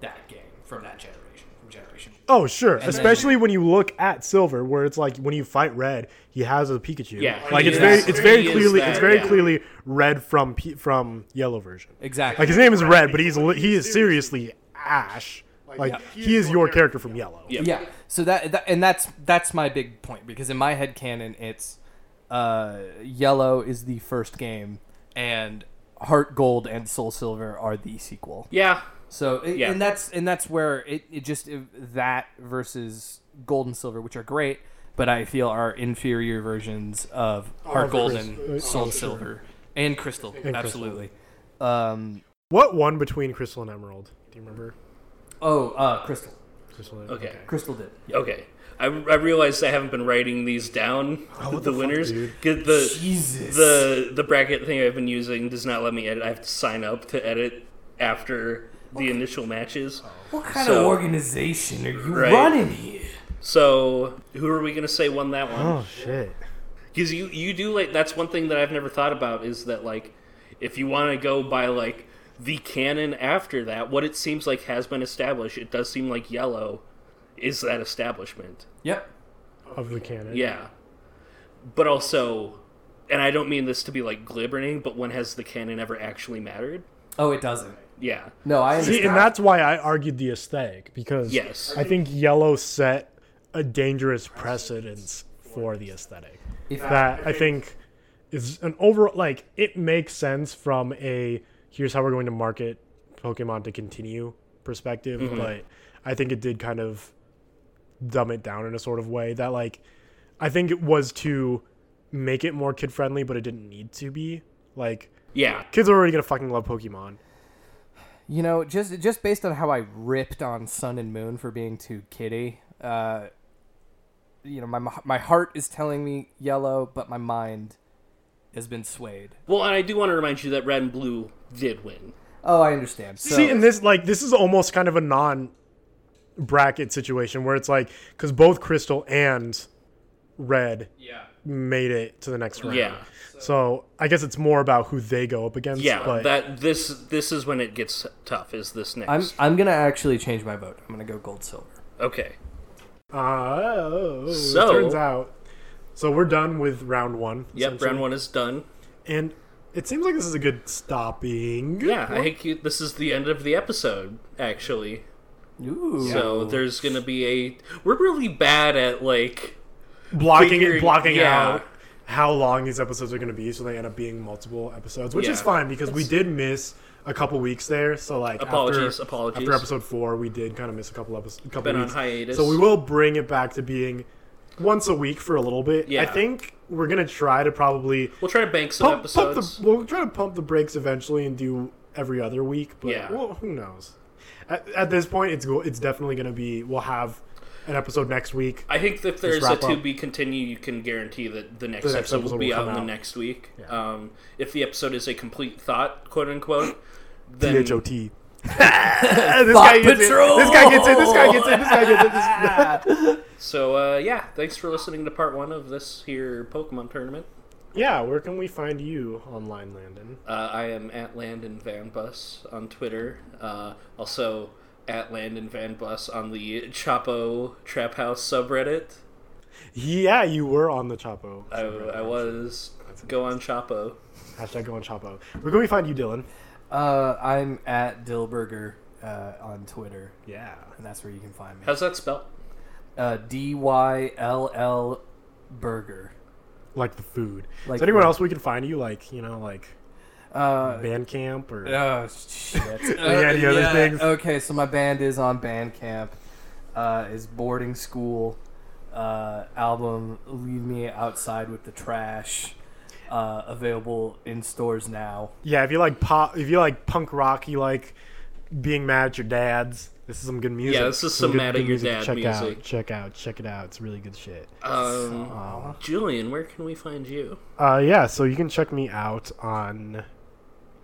S3: that game from that generation from generation.
S1: Oh sure,
S3: then-
S1: especially when you look at Silver, where it's like when you fight Red, he has a Pikachu.
S2: Yeah.
S1: like
S2: He
S1: it's
S2: is-
S1: very, it's very
S2: he is
S1: clearly,
S2: that,
S1: it's very
S2: yeah.
S1: clearly Red from P- from Yellow version.
S3: Exactly.
S1: Like his name is Red, but he's li- he is seriously Ash. Like he is your character from Yellow.
S2: Yeah.
S3: yeah so that, that and that's that's my big point because in my head canon it's uh yellow is the first game and heart gold and soul silver are the sequel
S2: Yeah.
S3: so a-
S2: Yeah.
S3: and that's and that's where it, it just it- that versus gold and silver which are great but i feel are inferior versions of heart
S1: of
S3: gold
S1: Crystal. Uh,
S3: and soul silver and crystal absolutely um
S1: What one between Crystal and Emerald? Do you remember?
S3: oh uh crystal
S1: Crystal and
S2: Okay.
S3: crystal did yeah.
S2: Okay. I, I realized I haven't been writing these down. the,
S1: fuck,
S2: winners.
S1: dude?
S2: Get the
S3: jesus
S2: the the bracket thing I've been using does not let me edit. I have to sign up to edit after the initial matches.
S3: what kind
S2: so-
S3: of organization are you
S2: Right.
S3: running here
S2: So who are we gonna say won that one?
S1: Oh shit.
S2: Because you you do like that's one thing that I've never thought about is that like if you want to go by like the canon after that, what it seems like has been established. It does seem like yellow is that establishment.
S3: Yep.
S1: Of the canon.
S2: Yeah. But also, and I don't mean this to be like glibbering, but when has the canon ever actually mattered?
S3: Oh, it doesn't.
S2: Yeah.
S3: No,
S1: See,
S3: I understand.
S1: and that's why I argued the aesthetic because
S2: Yes.
S1: I think Yellow set a dangerous precedence for the aesthetic.
S3: If-
S1: that I think is an overall like it makes sense from a here's how we're going to market Pokemon to continue perspective, but I think it did kind of dumb it down in a sort of way that like I think it was to make it more kid friendly, but it didn't need to be. Like
S2: Yeah.
S1: kids are already gonna fucking love Pokemon.
S3: you know, just just based on how I ripped on Sun and Moon for being too kitty, uh, you know, my my heart is telling me yellow, but my mind has been swayed.
S2: Well, and I do want to remind you that red and blue did win.
S3: Oh, I understand. So,
S1: See, and this like this is almost kind of a non bracket situation where it's like because both Crystal and Red
S3: yeah.
S1: made it to the next round.
S2: Yeah.
S1: So I guess it's more about who they go up against.
S2: Yeah.
S1: But
S2: That this this is when it gets tough. Is this next?
S3: I'm I'm gonna actually change my vote. I'm gonna go gold silver.
S2: okay.
S1: uh, oh, it
S2: So-
S1: turns out. So we're done with round one.
S2: Yep.
S1: essentially.
S2: Round one is done.
S1: And it seems like this is a good stopping.
S2: Yeah. I think you, this is the end of the episode. Actually.
S3: Ooh.
S2: So there's gonna be a. We're really bad at like.
S1: Blocking
S2: Figuring-
S1: blocking
S2: yeah.
S1: out how long these episodes are going to be, so they end up being multiple episodes, which is
S2: Yeah.
S1: fine because we did miss a couple weeks there. So like after-
S2: Apologies, apologies.
S1: After episode four, we did kind of miss a couple episodes. Couple
S2: Been on
S1: weeks.
S2: hiatus.
S1: So we will bring it back to being once a week for a little bit. I
S2: Yeah.
S1: think we're gonna try to probably
S2: We'll try to bank some
S1: pump, pump
S2: episodes.
S1: the, we'll try to pump the brakes eventually and do every other week, but
S2: Yeah.
S1: well, who knows? At, at this point, it's go, it's definitely going to be. We'll have an episode next week.
S2: I think if there's a
S1: wrap
S2: to
S1: up.
S2: be continued, you can guarantee that the next,
S1: next
S2: episode,
S1: episode
S2: will be
S1: will
S2: out
S1: come
S2: in the
S1: out.
S2: next week. Um, if the episode is a complete thought, quote unquote, then
S1: H O T. This
S3: Thought
S1: guy gets
S3: Patrol!
S1: it. This guy gets it. This guy gets it. This guy gets it. This-
S2: So uh, yeah, thanks for listening to part one of this here Pokemon tournament.
S1: yeah, where can we find you online, Landon?
S2: Uh, I am at Landon Van Bus on Twitter. Uh, also at Landon Van Bus on the Chapo Trap House subreddit.
S1: Yeah, you were on the Chapo.
S2: I, I was go on Chapo.
S1: Hashtag go on Chapo. Where can we find you, Dylan?
S3: Uh, I'm at Dillburger uh, on Twitter,
S1: Yeah.
S3: and that's where you can find me.
S2: How's that spelled?
S3: Uh, D Y L L Burger.
S1: Like the food.
S3: Like
S1: Is anyone
S3: what?
S1: else we can find you? Like you know, like
S3: Uh,
S1: Bandcamp or
S3: Oh shit! Oh,
S1: Are you any other things?
S3: Okay, so my band is on Bandcamp. Uh, is boarding school uh, album "Leave Me Outside with the Trash" uh, available in stores now.
S1: yeah, if you like pop, if you like punk rock, you like being mad at your dads. This is some good music.
S2: this is some mad at your dad
S1: check
S2: music.
S1: Out, check out, check it out. It's really good shit.
S2: Um, Julian, where can we find you?
S1: Uh, yeah, so you can check me out on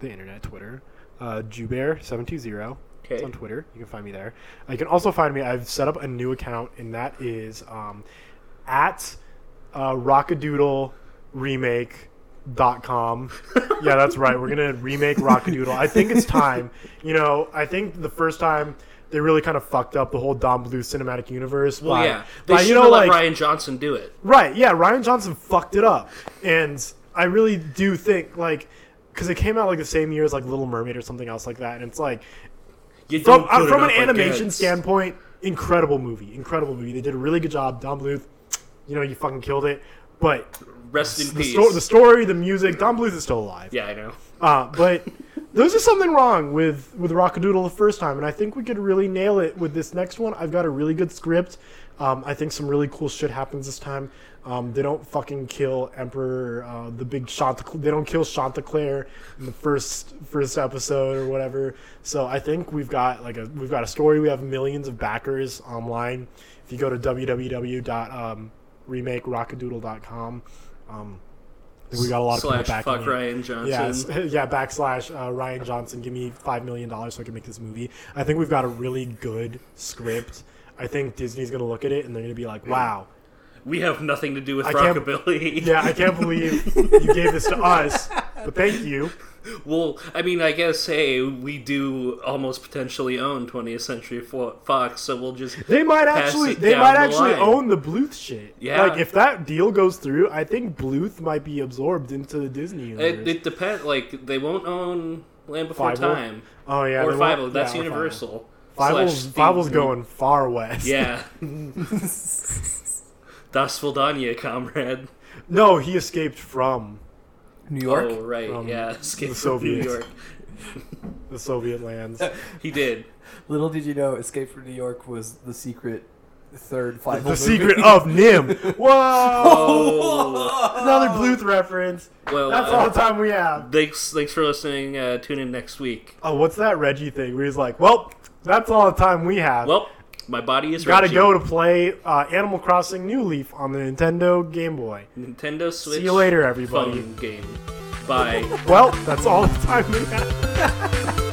S1: the internet, Twitter, uh, Jubear720. It's
S2: Okay.
S1: on Twitter. You can find me there. Uh, you can also find me. I've set up a new account, and that is um, at uh, rockadoodleremake.com. yeah, that's right. We're going to remake Rockadoodle. I think it's time. You know, I think the first time they really kind of fucked up the whole Don Blue cinematic universe.
S2: Well,
S1: by-
S2: yeah, they
S1: by,
S2: should
S1: you
S2: have
S1: know,
S2: let
S1: like,
S2: Ryan Johnson do it.
S1: Right, yeah, Ryan Johnson fucked it up. And I really do think, like, because it came out, like, the same year as, like, Little Mermaid or something else like that. And it's like,
S2: You
S1: from,
S2: don't
S1: uh,
S2: put it
S1: from an
S2: up
S1: animation
S2: against-
S1: standpoint, incredible movie. Incredible movie. They did a really good job. Don Bluth, you know, you fucking killed it. But
S2: Rest in
S1: the,
S2: peace.
S1: sto- the story, the music, Don Bluth is still alive.
S2: yeah, I know.
S1: Uh, but there's just something wrong with with Rockadoodle the first time, and I think we could really nail it with this next one. I've got a really good script. Um, I think some really cool shit happens this time. Um, they don't fucking kill Emperor uh, the big Chanticleer. They don't kill Chanticleer in the first first episode or whatever. So I think we've got like a we've got a story. We have millions of backers online. If you go to um, www.remakerockadoodle.com, um, I think we got a lot of
S2: Slash
S1: people backing
S2: fuck
S1: it.
S2: Ryan Johnson.
S1: Yeah, s- yeah. Backslash uh, Ryan Johnson. Give me five million dollars so I can make this movie. I think we've got a really good script. I think Disney's gonna look at it and they're gonna be like, "Wow,
S2: We have nothing to do with
S1: I can't-
S2: rockabilly.
S1: yeah, I can't believe you gave this to us, but thank you."
S2: Well, I mean, I guess hey, we do almost potentially own 20th Century Fo- Fox, so we'll just
S1: They might
S2: Pass
S1: actually,
S2: it
S1: they
S2: down
S1: might
S2: the
S1: actually
S2: line.
S1: own the Bluth shit.
S2: Yeah.
S1: like if that deal goes through, I think Bluth might be absorbed into the Disney universe.
S2: It, it depends. Like they won't own Land Before
S1: Fivel?
S2: Time
S1: oh yeah,
S2: or
S1: they won't-
S2: Fivel. That's
S1: yeah, or Fievel.
S2: Universal.
S1: Fievel's,
S2: Slash
S1: Fievel's
S2: Steam.
S1: going far west.
S2: Yeah. das Voldania, comrade.
S1: No, he escaped from
S3: New York.
S2: Oh right,
S1: From
S2: yeah. Escape
S1: Um, the
S2: from New
S1: Soviets.
S2: York.
S1: the Soviet lands.
S2: He did.
S3: Little did you know, Escape from New York was the secret third five.
S1: The secret of Nim. Whoa!
S2: Oh.
S1: Another Bluth reference.
S2: Well,
S1: That's
S2: uh,
S1: all the time we have.
S2: thanks, thanks for listening. Uh, tune in next week.
S1: Oh, what's that Reggie thing? Where he's like, "Well, that's all the time we have."
S2: Well, my body is
S1: gotta
S2: Reggie.
S1: go to play uh, Animal Crossing New Leaf on the Nintendo Game Boy.
S2: Nintendo Switch.
S1: See you later, everybody.
S2: Phone game. Bye.
S1: Well, that's all the time we have.